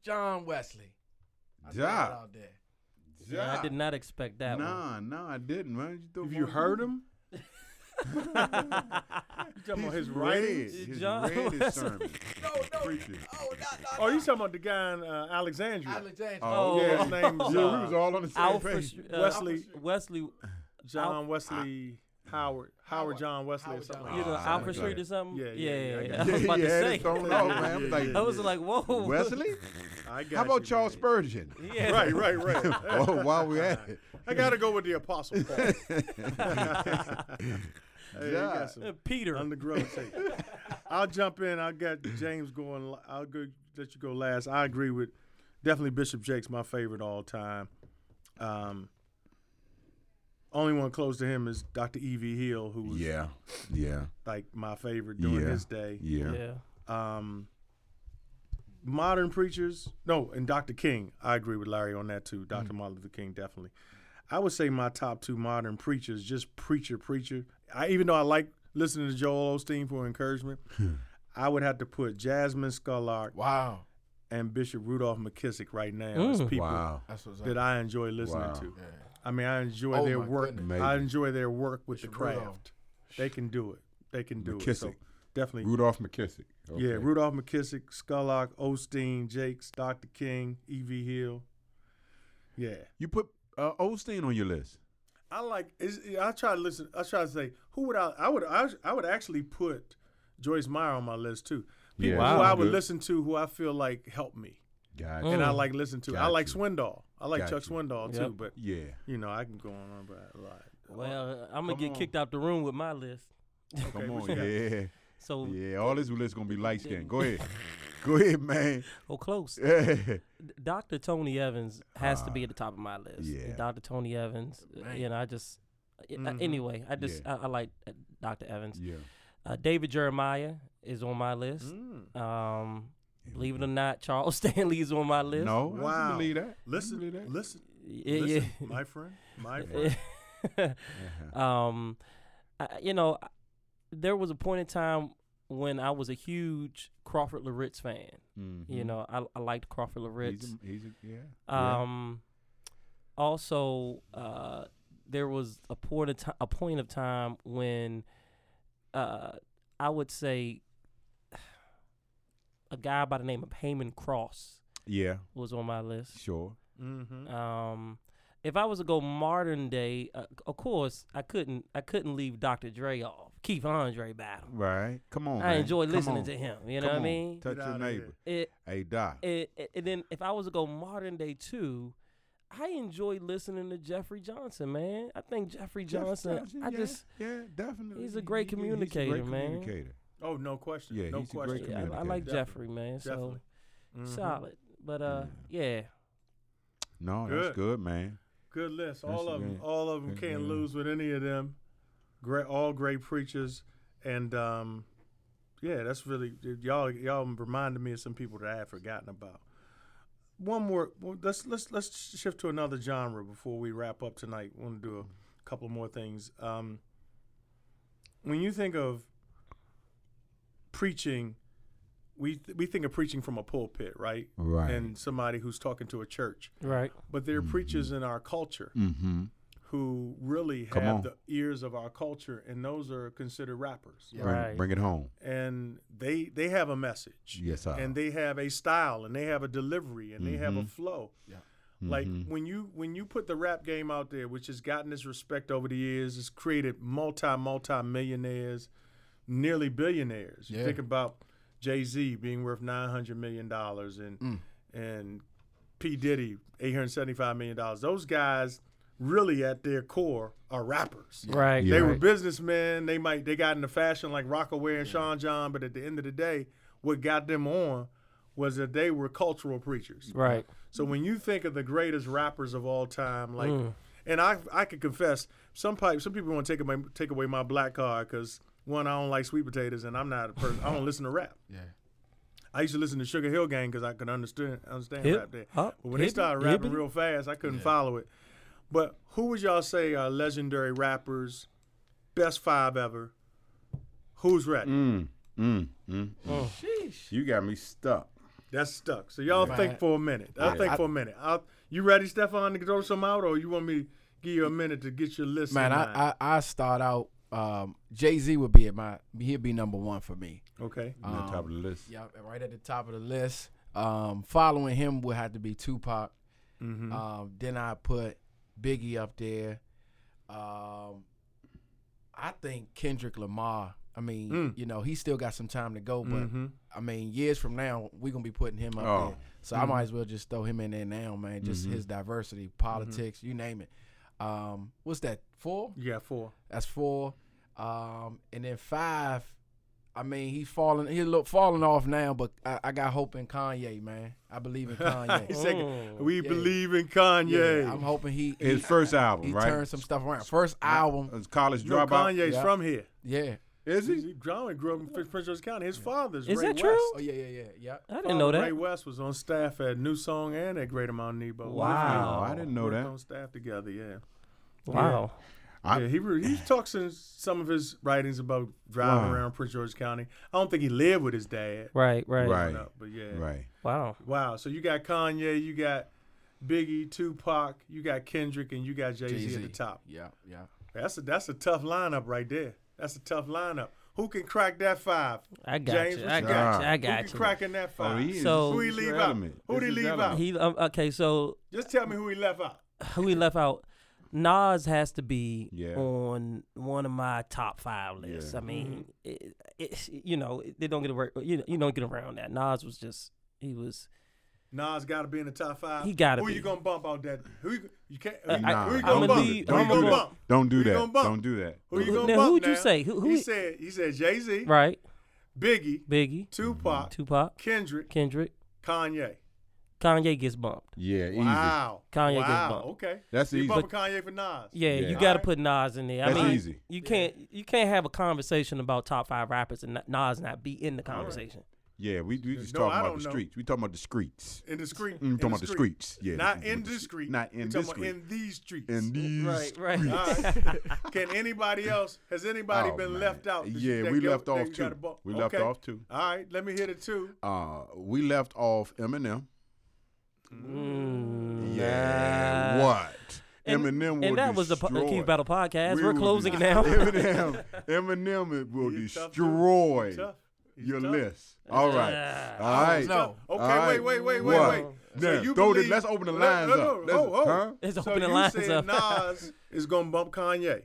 John Wesley. I threw that
Doc.
out there.
I did not expect that one.
Nah, nah, I didn't, man. You throw
Have
more
you
than
heard him?
You talking
He's
about his
read.
writings?
His
John
read his
Wesley.
sermon.
No, no,
Preaching.
Oh, not, not,
Oh, you talking about the guy in uh, Alexandria?
Alexandria.
Oh,
yeah, his name is
Yeah, we
uh,
was all on the same
Alpha,
page.
uh,
Wesley-
Wesley,
John Wesley Howard. Howard John Wesley or
Howard
something. like
John
you
that.
know,
Ah,
Alfred
okay.
Street or something.
Yeah, yeah, yeah, I got
I was
yeah,
about
he
to
had it
say.
thrown off, Oh, man. I was like,
I was like, whoa,
Wesley?
I got
How about
you,
Charles
man.
Spurgeon?
Yeah.
Right, right, right.
oh, while we at it.
I gotta go with the Apostle Paul. Hey, you got some
Peter.
undergrowth tape. I'll jump in. I got James going. la- I'll go, let you go last. I agree with definitely Bishop Jake's my favorite all time. Um, only one close to him is Dr. Evie Hill, who was
Yeah, yeah,
like my favorite during
Yeah.
his day.
yeah.
yeah.
um, modern preachers. No, and Dr. King. I agree with Larry on that too.
Mm.
Dr. Martin Luther King definitely. I would say my top two modern preachers, just preacher, preacher. I even though I like listening to Joel Osteen for encouragement,
Hmm.
I would have to put Jasmine Scarlett
Wow.
and Bishop Rudolph McKissick right now as
Mm.
people
Wow.
That's what's
that
up.
I enjoy listening
Wow.
to.
Yeah.
I mean, I enjoy
Oh
their
my
work.
goodness.
I
Amazing.
enjoy their work with the
Bishop
craft.
Rudolph.
They can do it. They can do it. So
McKissick.
definitely
Rudolph McKissick.
yeah,
Okay.
Rudolph McKissick, Scullock, Osteen, Jakes, Dr. King, E.V. Hill. Yeah,
You put uh, Osteen on your list.
I like. Is, I try to listen. I try to say who would I? I would. I, I would actually put Joyce Meyer on my list too.
Yeah,
People
Wow.
who I would
good.
listen to, who I feel like help me,
Oh.
Gotcha.
and I like listen to. I
Got
like
you.
Swindoll. I like
Got
Chuck
you.
Swindoll too.
Yep.
But
Yeah.
you know, I can go on about a lot.
Well, I'm gonna
Come
get
on.
kicked out the room with my list.
Come
what
on.
you got?
Yeah.
So
Yeah. All this list gonna be light skinned. Go ahead. Go ahead, man.
oh, close.
Yeah.
D- Dr. Tony Evans has to be at the top of my list.
yeah.
Dr. Tony Evans. uh,
Man.
You know, I just. I- I-
Mhm.
Anyway, I just I, I like uh, Dr. Evans.
Yeah.
Uh, David Jeremiah is on my list.
Mm.
Um, believe it or not, Charles Stanley is on my list.
No. I
Wow.
can believe that.
Listen,
Really that?
listen,
Yeah,
listen,
yeah.
my friend, my friend.
Uh-huh.
um, I, I- you know, I- there was a point in time when I was a huge Crawford Loritz fan. You
Mhm.
know, I, I liked Crawford Loritz.
He's a, he's a, yeah. yeah.
Um, also, uh, there was a point of time, a point of time when, uh, I would say, a guy by the name of Heyman Cross
Yeah.
was on my list.
Sure.
hmm
Um, if I was to go modern day, uh, of course, I couldn't, I couldn't leave Dr. Dre off. Keith Andre battle.
Right. Come on.
I
man.
enjoy
Come
listening
on.
to him. You
Come
know what I
on.
mean?
Touch
Get
your
outta here.
neighbor.
It,
Hey, Doc.
it, it- and then if I was to go modern day too, I enjoy listening to Jeffrey Johnson, man. I think Jeffrey
Jeff
Johnson, I
yeah,
just
yeah, definitely.
he's a great
He- he- he's a
communicator,
great
man.
Communicator.
Oh no question.
Yeah,
no
he's a great
question.
yeah, Mm-hmm. I- I, like
communicator.
Jeffrey, man. So
Definitely. Mhm.
solid. But uh yeah.
No,
Good.
that's good, man.
Good list.
That's
All of them.
great.
All of them
That's
can't
great.
lose with any of them. Great. All great preachers. And um, yeah, that's really y'all. Y'all reminded me of some people that I had forgotten about. One more. Well, let's let's let's shift to another genre before we wrap up tonight. Want to do a couple more things. Um, when you think of preaching, we we think of preaching from a pulpit, right?
Right.
And somebody who's talking to a church.
Right.
But there are preachers in our culture
mm-hmm.
who really
Come
have
on.
the ears of our culture, and those are considered rappers.
Bring,
Right.
bring it home.
And they they have a message,
Yes, sir.
and they have a style, and they have a delivery, and they have a
Mhm.
flow. Like when you when you put the rap game out there, which has gotten its respect over the years, it's created multi multi millionaires, nearly billionaires. You
Yeah.
think about Jay Z being worth nine hundred million dollars, and and P Diddy eight hundred seventy five million dollars. Those guys really at their core are rappers.
Right.
Yeah.
They were businessmen. They might they got into fashion like Rockaway and Sean John, but at the end of the day, what got them on was that they were cultural preachers.
Right.
So when you think of the greatest rappers of all time, like,
Mm.
and I I can confess, some pipe, some people want to take away take away my black card because one I don't like sweet potatoes and I'm not a person I don't listen to rap.
Yeah.
I used to listen to Sugar Hill Gang because I could understand understand
Hip
rap there.
hop,
but when they
hippie,
started rapping
hippity.
real fast, I couldn't follow it. But who would y'all say are legendary rappers? Best five ever. Who's ready?
Mm, mm, mm.
Oh.
Sheesh.
You got me stuck.
That's stuck. So y'all
Yeah.
think for a minute. I'll
Yeah.
think for a minute. I'll, you ready, Stefan, to throw some out, or you want me to give you a minute to get your list?
Man,
in line?
I, I I start out. Um, Jay Z would be at my. He'd be number one for me. Um,
okay.
On the
Um,
top of the list.
Yeah, right at the top of the list. Um, following him would have to be Tupac.
Mm-hmm.
Um, then I put Biggie up there. Um, I think Kendrick Lamar. I mean,
Mm.
you know, he still got some time to go, but
Mhm.
I mean, years from now, we're gonna be putting him up
Oh.
there. So I might as well just throw him in there now, man. Just his diversity, politics, you name it. Um, what's that? Four?
You got four.
That's four. Um, and then five, I mean, he's falling. He look falling off now, but I, I got hope in Kanye, man. I believe in
He
Kanye.
said,
Mm.
we
Oh, Yeah.
believe in Kanye.
Yeah, I'm hoping he
His
he,
first album,
he
right?
turned some stuff around. First album,
His college
you know,
dropout.
Kanye's
Yeah.
from here.
yeah.
Is he?
He grew he grew up in Prince George's County. His father's
Is
Ray
that true?
West.
Oh yeah, yeah, yeah, yeah.
I didn't know
Ray
that.
West was on staff at New Song and at Greater Mount Nebo.
Wow.
Oh, I didn't know
Worked
that.
on staff together, yeah.
Wow.
I-
yeah, he re- he talks in some of his writings about driving
Wow.
around Prince George County. I don't think he lived with his dad,
Right, right.
Right.
no, but yeah,
Right.
Wow.
wow. So you got Kanye, you got Biggie, Tupac, you got Kendrick, and you got Jay Z at the
Jay-Z.
top.
Yeah, yeah.
That's a that's a tough lineup right there. That's a tough lineup. Who can crack that five?
I got
James,
you.
what
I
you
got
got?
you. I
Who can
got you.
crack in that
Oh,
five?
he is.
So-
This
Who he
is
leave
your
out?
element.
Who
This
he
is
leave
your
out?
element.
He um, okay. So
Just tell me who he left out.
who he left out? Nas has to be
Yeah.
on one of my top five lists.
Yeah.
I mean, it, it, you know, it- they don't get away, you you don't get around that. Nas was just he was.
Nas got to be in the top five.
He gotta
Who
be.
you gonna bump out that? Who you, you can't?
Uh,
who,
I-
who you
I'ma
gonna bump?
leave-
who you
don't,
I'ma
gonna
do
bump?
that. don't do
Who you
that.
gonna bump?
Don't do that.
Who you
Who-
gonna
now,
bump?
who'd you
now?
say? Who- who
he
he-
said? He said Jay Z,
Right,
Biggie,
Biggie,
Tupac,
Tupac,
Kendrick,
Kendrick,
Kanye.
Kanye gets bumped.
Yeah, easy.
Wow.
Kanye gets
wow.
bumped.
Okay.
That's
you
easy.
bumping Kanye for Nas?
Yeah,
Yeah.
you got to
Alright.
put Nas in there. I
That's
mean,
easy.
you can't you can't have a conversation about top five rappers and not- Nas not be in the conversation.
Yeah, we, we just
No, I
talking about
don't
the
know.
streets. We talking about the streets.
In the street.
Mm,
in
talking about the streets. Yeah,
Not
we- we-
in the street.
Not in
We're
the
talking about
street.
in these streets.
In these.
right.
All right. Can anybody else? Has anybody
Oh,
been
man.
left out? that you-
Yeah,
that
we
go-
left
that
off
you gotta
two.
bump?
We left
Okay.
off two.
All right, let me hit it too.
Uh, we left off Eminem.
Mm,
Yeah.
nah.
What?
And-
Eminem will
And that was the po- the
destroy.
Keith Battle podcast.
We
We're
will
closing it
destroy-
now.
Eminem, Eminem it will
He's tough, dude.
destroy
He's tough. He's
your
tough.
list. All right.
Ah.
All right.
No.
Okay,
All right.
wait, wait, wait, wait,
What?
wait.
Now,
you
throw
believe-
the, let's open the
No,
lines
no, no,
up. Let's-
ho, ho.
huh?
It's
So
open the
you
lines
said
up.
Nas is gonna bump Kanye,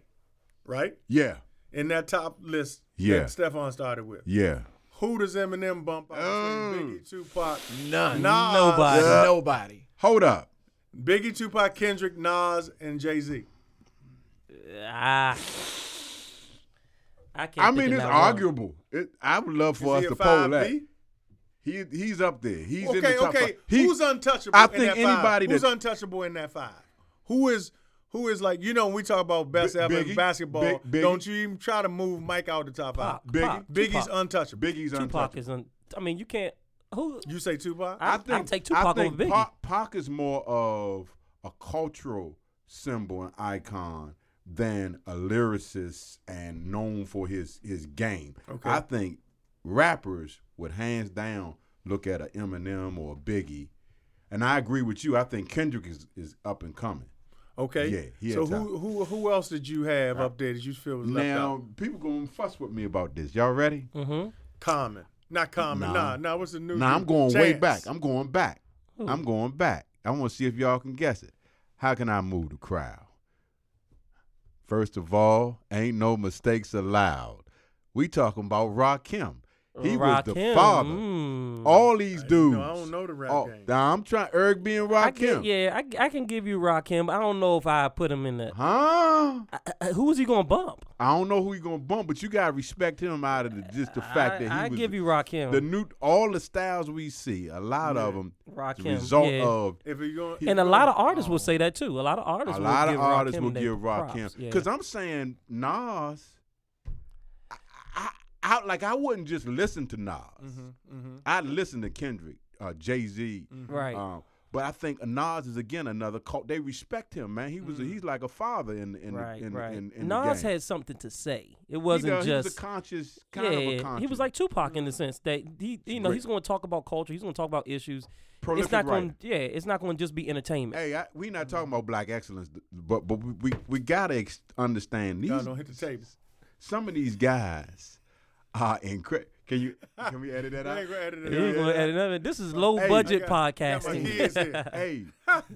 right?
Yeah.
In that top list
Yeah.
that Stefan started with.
Yeah.
Who does Eminem bump out between
Oh.
Biggie, Tupac,
None.
Nas,
Nobody.
Yeah.
Nobody.
Hold up.
Biggie, Tupac, Kendrick, Nas, and Jay Z?
Ah. I
I
can't. think
mean,
of
it's
not one.
arguable. It, I would love for
Is he
us
a
to poll
5B?
that. He he's up there. He's in the
Okay,
top
okay.
five. He-
Who's untouchable?
I
in
think
that
anybody
five? who's
that-
untouchable in that five? Who is who is like you know when we talk about best
Bi-
ever in
Biggie,
basketball?
Big- Biggie.
Don't you even try to move Mike out the top
Pac,
five?
Biggie?
Pac,
Biggie's
Tupac.
untouchable.
Biggie's
Tupac
untouchable.
is un. I mean, you can't. Who?
You say Tupac?
I- I'd take Tupac
I think
over Biggie.
Pac, Pac is more of a cultural symbol and icon than a lyricist and known for his his game.
Okay.
I think rappers would hands down look at an Eminem or a Biggie, and I agree with you. I think Kendrick is, is up and coming.
okay.
Yeah, he
so
at top.
who who who else did you have up there that you feel was left
now
out?
people gonna fuss with me about this. Y'all ready?
Mm-hmm.
Common, not common.
Nah.
Nah, nah. what's the new?
Nah, I'm
dude?
going way
Chance.
back. I'm going back. I'm going back. I want to see if y'all can guess it. How can I move the crowd? First of all, ain't no mistakes allowed. We talking about Rakim. He was the father.
mm.
All these
I-
dudes. Oh,
No, I don't know the rap
all-
game.
Nah, I'm trying. Eric being
I
Rakim.
can, yeah, I, I can give you Rakim, but I don't know if I put him in the.
Huh?
I, I, who is he gonna bump?
I don't know who you gonna bump, but you gotta respect him out of the, just the fact
I,
that he
I
was
give you Rakim.
the new all the styles we see. A lot of them, the
Rakim,
result
yeah.
of Oh.
If you're going,
and a lot of artists will say that too. A lot of artists.
a
will
lot of
give
artists
Rakim
will
their
give Rakim
props, yeah.
because I'm saying Nas. I, I, I like I wouldn't just listen to Nas.
Mm-hmm.
Oh.
Mm-hmm.
I'd listen to Kendrick, uh, Jay Z,
right.
um, but I think Nas is again another cult. They respect him, man. He was he's like a father in in
Mm-hmm. right,
the, in,
right.
in, in
Nas
the game.
had something to say. It
He
wasn't
does- he was
just
a conscious kind
yeah.
of a conscious.
he was like Tupac in the sense that he, you know,
Right.
he's going to talk about culture. He's going to talk about issues.
Prolific
it's not
writer.
going, yeah, it's not going to just be entertainment.
Hey, I, we not talking about black excellence, th- but but we we, we gotta ex- understand these.
y'all don't hit the table.
some of these guys are incredible. Can you can we edit that
I
out?
ain't gonna edit it
You ain't
out.
gonna add another- This is low
Hey, I
budget
got- got
Oh,
my kids
podcasting.
here.
hey,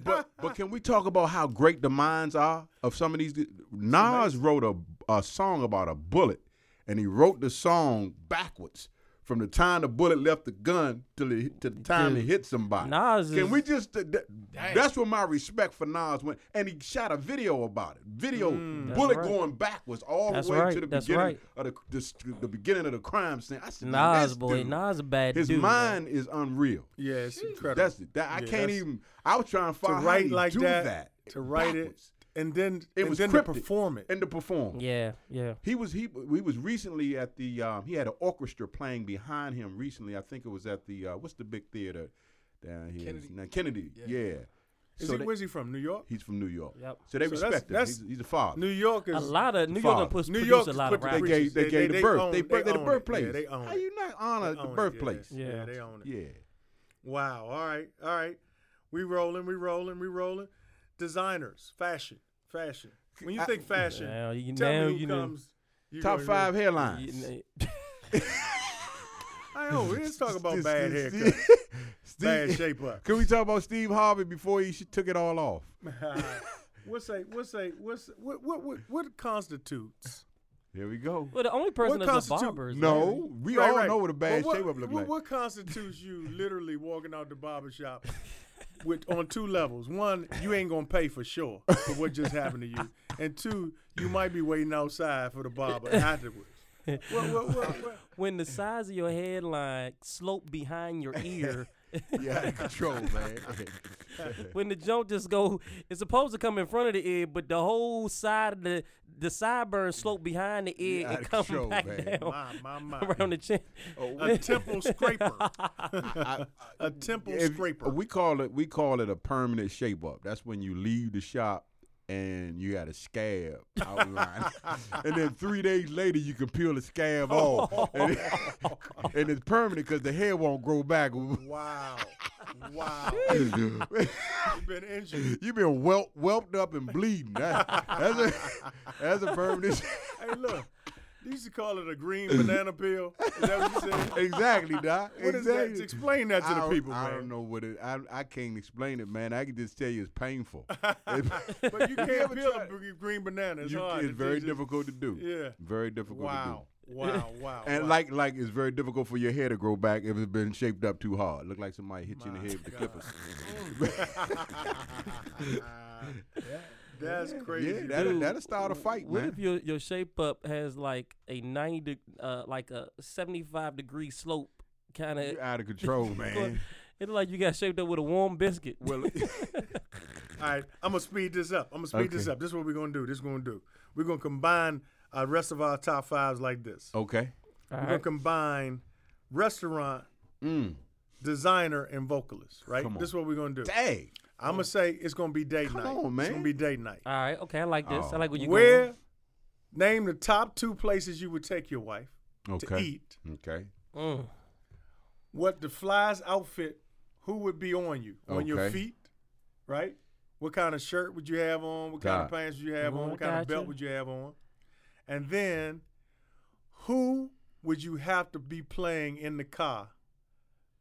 but but can we talk about how great the minds are of some of these? Nas wrote a a song about a bullet, and he wrote the song backwards from the time the bullet left the gun to the, to the time
Dude,
it hit somebody.
Nas
Can
is-
we just? th- th- that's where my respect for Nas went, and he shot a video about it. Video bullet
Mm, right.
going backwards all
That's
the way
right,
to the
that's
beginning
right.
of the, this- the beginning of the crime scene. I said, "Man,
Nas
this
boy,
dude,
Nas a bad
his
dude. man.
mind is unreal.
Yeah, it's incredible.
That's it. That,
Yeah,
I can't
that's-
even. I was trying to
to
find how
write
he
like
do
that,
that,
to write
backwards.
it, and then
It
and
was
then
cryptic.
to perform it.
and to perform.
Yeah, yeah.
He was he we was recently at the um, he had an orchestra playing behind him recently. I think it was at the uh, what's the big theater down here?
Kennedy.
Now, Kennedy. Yeah.
Is
So
he,
they-
where's he from? New York.
he's from New York.
Yep.
So they
So that's-
respect
that's-
him. He's, he's a father.
New York is
A lot of New
Father.
York and puts
New
produce
York
a
is
lot of
put the
they
rappers.
preachers.
gave they,
They-
gave
they-
the
they
birth.
own-
they birth.
they
They, the
own it.
birthplace.
Yeah, they own
How
it.
you not honor
They own
Uh, the
it,
birthplace?
Oh, Yeah, yeah.
Yeah.
they own it.
Yeah.
Wow. All right. All right. We rolling. We rolling. We rolling. Designers, fashion, fashion. When you
I-
think fashion,
Now you-
tell
now
me who
you know.
comes. You
Top
gonna-
five
You
hairlines.
kn-
I know. Let's talk about
This-
bad
this-
haircuts,
Steve-
bad shape up.
Can we talk about Steve Harvey before he sh- took it all off?
what's a what's a what's what what what, what constitutes?
Here we go.
Well, the only person that's a
constitute-
barber is Larry.
No, we
Right,
all
right.
know what a bad
But what,
shape up look
what-
like.
What constitutes you literally walking out the barber shop with on two levels? One, you ain't gonna pay for sure for what just happened to you, and two, you might be waiting outside for the barber afterwards. What, what, what, what?
When the size of your headline slope behind your ear,
Yeah, out of control, man.
when the jump just go, it's supposed to come in front of the ear, but the whole side of the the sideburn slope behind the ear
Yeah, out
and
of
come
control,
back
man.
down
My my my.
around the chin.
Oh,
A temple scraper.
I-
A temple
if-
scraper.
We call it we call it a permanent shape up. That's when you leave the shop and you got a scab outline, and then three days later you can peel the scab off, and, it- and it's permanent because the hair won't grow back.
wow. Wow. You've been injured.
You've been whelp, whelped up and bleeding. That- that's a that's a permanent. sh-
Hey, look. They used to call it a green banana peel. Is that what you said?
exactly, doc.
What is
exactly.
that? Explain that to
I
the
don't-
people,
I
man.
don't know what it. I I can't explain it, man. I can just tell you it's painful.
But you can't
ever
peel
tried
a gr- green banana. It's
You-
hard.
it's very
just-
difficult to do.
Yeah.
Very difficult
Wow. Wow. Wow.
to do. And
wow.
like like it's very difficult for your hair to grow back if it's been shaped up too hard. Look like somebody hit you in the head with the clippers.
that's crazy.
Yeah, that'll,
Dude,
that'll start a fight,
What
man.
if your your shape up has like a ninety, de- uh, like a seventy five degree slope, kind of
You're out of control, man.
It look like you got shaped up with a warm biscuit.
well,
All right, I'm gonna speed this up. I'm gonna speed this
Okay.
up. This is what we're gonna do. This is what we're gonna do. We're gonna combine our rest of our top fives like this.
okay.
All
We're gonna
right.
combine restaurant,
Mm.
designer, and vocalist. Right.
Come on.
This is what we're gonna do.
Dang.
I'm gonna say it's gonna be date
Come
night.
on,
It's
man.
gonna be date night.
All right. Okay. I like this. I
Oh.
like what you
Where?
going.
Name the top two places you would take your wife
Okay.
to eat.
Okay.
Mm.
what the fly's outfit, who would be on you? On your
Okay.
feet, right? What kind of shirt would you have on? What kind of
Got it.
pants would you have on?
Mhm,
What kind of belt
gotcha.
would you have on? And then, who would you have to be playing in the car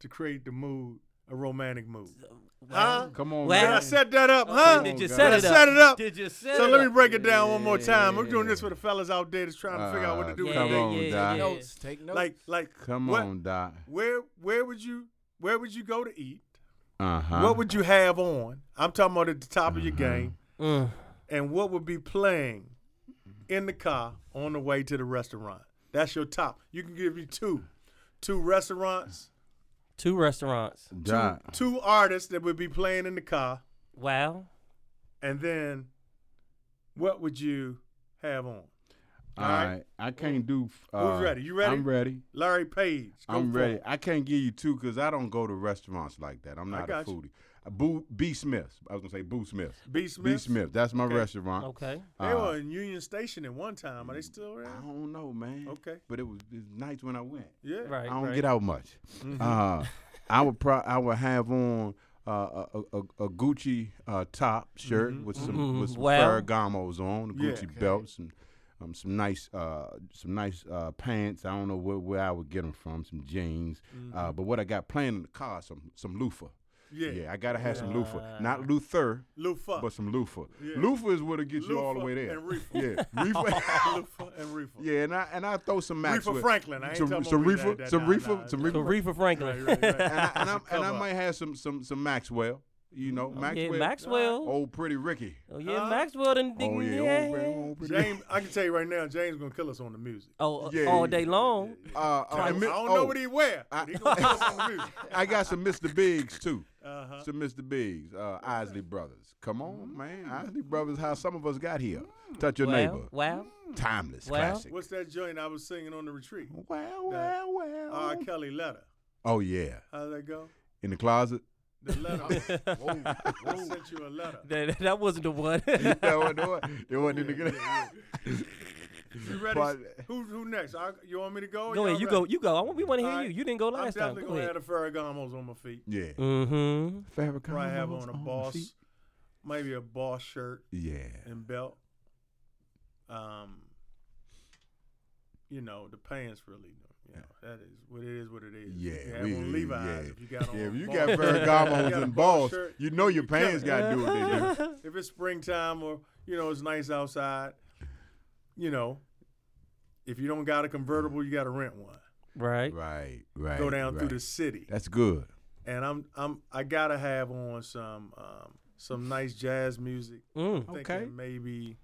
to create the mood, a romantic mood? Huh?
Come on,
Well-
Did I
man.
set that up, huh?
Did you
Oh, God.
set
Did I
it up?
set it up?
Did you set
So
it
let me
up?
break it down one more time. We're doing this for the fellas out there that's trying to figure out what to do
yeah,
with
Uh, Come
their
yeah,
on,
date.
yeah,
Doc.
yeah.
Notes, take notes.
Like, like,
Come
what-
on, Doc.
Where, where would you, where would you go to eat?
Uh huh. Mm-hmm.
What would you have on? I'm talking about at the top of your game,
Mm.
and what would be playing in the car on the way to the restaurant? That's your top. You can give me two, two restaurants,
Two restaurants.
Doc?
two artists that would be playing in the car,
Wow.
and then what would you have on?
All right. I can't do. Uh,
ready? You ready?
I'm ready.
Larry Page. go
I'm
for
ready.
it.
I can't give you two because I don't go to restaurants like that. I'm not a
got you.
foodie. Uh, Boo B Smith. I was gonna say Boo Smith.
B. Smith.
B Smith. That's my
Okay.
restaurant.
Okay.
They
Uh,
were in Union Station at one time. Are they still
I
there?
don't know, man.
Okay.
But it was, it was nice when I went.
Yeah.
Right.
I don't
right.
get out much.
Mm-hmm.
Uh, I would pro- I would have on uh, a, a, a Gucci uh, top shirt with some
Mhm.
with some
Well.
Ferragamos on,
Mm-hmm. Yeah.
Gucci
Okay.
belts and. Um, some nice, uh, some nice uh, pants. I don't know where, where I would get them from. Some jeans, uh, but what I got playing in the car, some some loofah.
Mm-hmm. Yeah.
I gotta have some loofah, not Luther,
Lufa.
but some loofah. Loofah is what'll get you all the
Loofah
way there.
and reefer.
Yeah, reefer.
Lufa and Reefer.
yeah, and I and I throw some Max
Reefer
with-
Franklin. I ain't
some
talking
some
about we
reefer,
got that.
some
Nah,
reefer,
nah.
some
So
reefer
Reefer Franklin.
Right, right, right.
and I, and, I'm, and I
cover.
might have some some some Maxwell. You know,
yeah,
Maxwell.
Maxwell. Oh,
Old pretty Ricky.
yeah,
Huh?
Maxwell. Didn't,
Oh yeah,
yeah,
old,
yeah.
old pretty.
James, I can tell you right now, James gonna kill us on the music.
Oh, uh,
Yeah,
all
yeah,
day
yeah,
long.
Uh, uh,
I don't
and mi-
know
oh,
what he wear.
I-
He gonna kill us on the music.
I got some Mr. Biggs too.
Uh-huh. Mm-hmm.
Some Mr. Biggs, uh, Isley Brothers. Come on, man, Isley Brothers. How some of us got here?
Mm.
Touch your
Wow,
neighbor.
wow.
Timeless
Well.
classic.
What's that joint I was singing on the retreat?
Well, well, well.
R. Kelly letter.
oh yeah,
How'd that go?
in the closet.
The
Oh,
letter. I sent you a letter.
That, that wasn't the one.
that wasn't the one. It wasn't in the
You ready?
But-
who who next? I, you want me to go? or
go
y'all
ahead, you
ready?
go, you go. I want, we want to hear
All
you.
right.
You didn't go
I'm
last time.
definitely
Go
gonna have
ahead.
the Ferragamos on my feet.
Yeah.
Mm-hmm.
Probably have on a
the
boss,
feet.
maybe a boss shirt
Yeah.
and belt. Um, you know the pants really. You know, that is what it is. What it is.
Yeah,
you have
we-
on Levi's if you got on.
Yeah,
a
if you
ball
got
shirt, you got
Ferragamo's
a
and
ball
balls,
shirt,
you know your pants got to do what they do.
if it's springtime or you know it's nice outside, you know, if you don't got a convertible, you got to rent one.
Right.
Right, right.
Go down through
right.
the city,
That's good.
and I'm I'm I gotta have on some um, some nice jazz music.
Mm.
Thinking
Okay.
maybe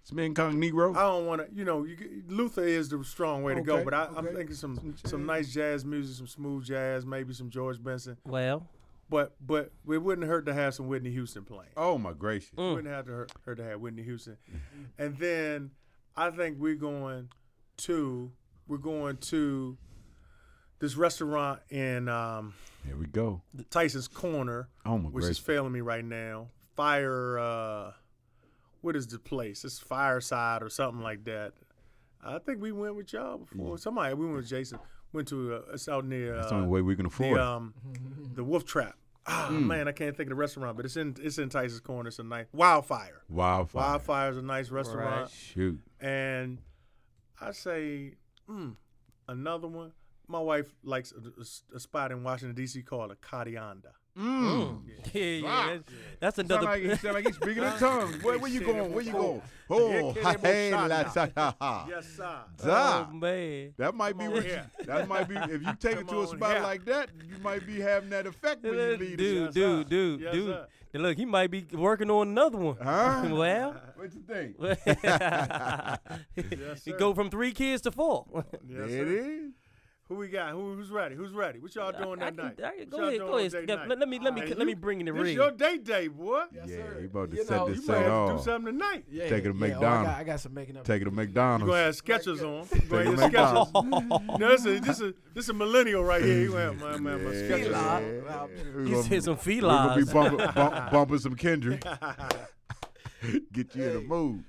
It's me incognito.
I don't want to. You know, you, get- Luther is the strong way to go,
Okay,
but I, I'm
okay.
thinking some
Some
some
jazz.
nice jazz music, some smooth jazz, maybe some George Benson.
Well,
But but it wouldn't hurt to have some Whitney Houston playing.
oh my gracious.
It Wouldn't have to hurt, hurt to have Whitney Houston. And then I think we're going to we're going to this restaurant in um,
Here we go.
Tyson's Corner,
Oh my
which is
gracious.
failing me right now. Fire, uh, what is the place? It's Fireside or something like that. I think we went with y'all before. Somebody we went with Jason. Went to uh, it's out near
Mm. That's
uh,
the only way we can afford
the
it.
um, the Wolf Trap. Ah
Mm.
man, I can't think of the restaurant, but it's in it's in Tyson's Corner. It's a nice Wildfire.
Wildfire.
Wildfire is a nice restaurant,
Shoot.
and I say mm, another one. My wife likes a, a- a spot in Washington D.C. called a Cadianda.
Mm.
yeah, yeah.
Right.
That's, that's
Sound
another.
like, he- sound like he's speaking in tongues. Where, where you going? Where you going? Oh,
Yeah,
hey,
yeah,
la-
yeah.
ha, ha.
Yes, sir.
Da.
oh man.
That might be
Come
what
on here.
that might be if you take it to
Come
a
on
spot
here.
like that, you might be having that effect when you
Dude,
leave. the
dude,
Yes, sir.
dude, dude,
Yes, sir.
Look, he might be working on another one.
Huh?
well,
shop. What you think?
Yes,
you
sir.
go from three kids to four.
Yes,
There it
sir.
is.
Who we got? Who, who's ready? Who's ready? What y'all doing
I
that
can-
night?
I can-
What
go
y'all
ahead,
doing
go ahead.
that
Let-
night?
let me- let me-
Ah,
let
you-
me bring in the
this
ring.
your date day, boy.
yeah,
sir.
you about to
You
set
know,
this
You might
thing
have to do
off.
something tonight.
Yeah,
Take it to
yeah, oh, I got-
McDonald's.
I got some making up.
Take it to
You gonna
McDonald's.
have sketches on. You gonna have
Take it to
sketches. No, this is this is this a millennial right here. You gonna have my my, my sketches.
Fila.
on.
Yeah. We
You
gonna-
said some
we gonna be
felines.
bumping, bump, bumping some Kendrick. Get you in the mood.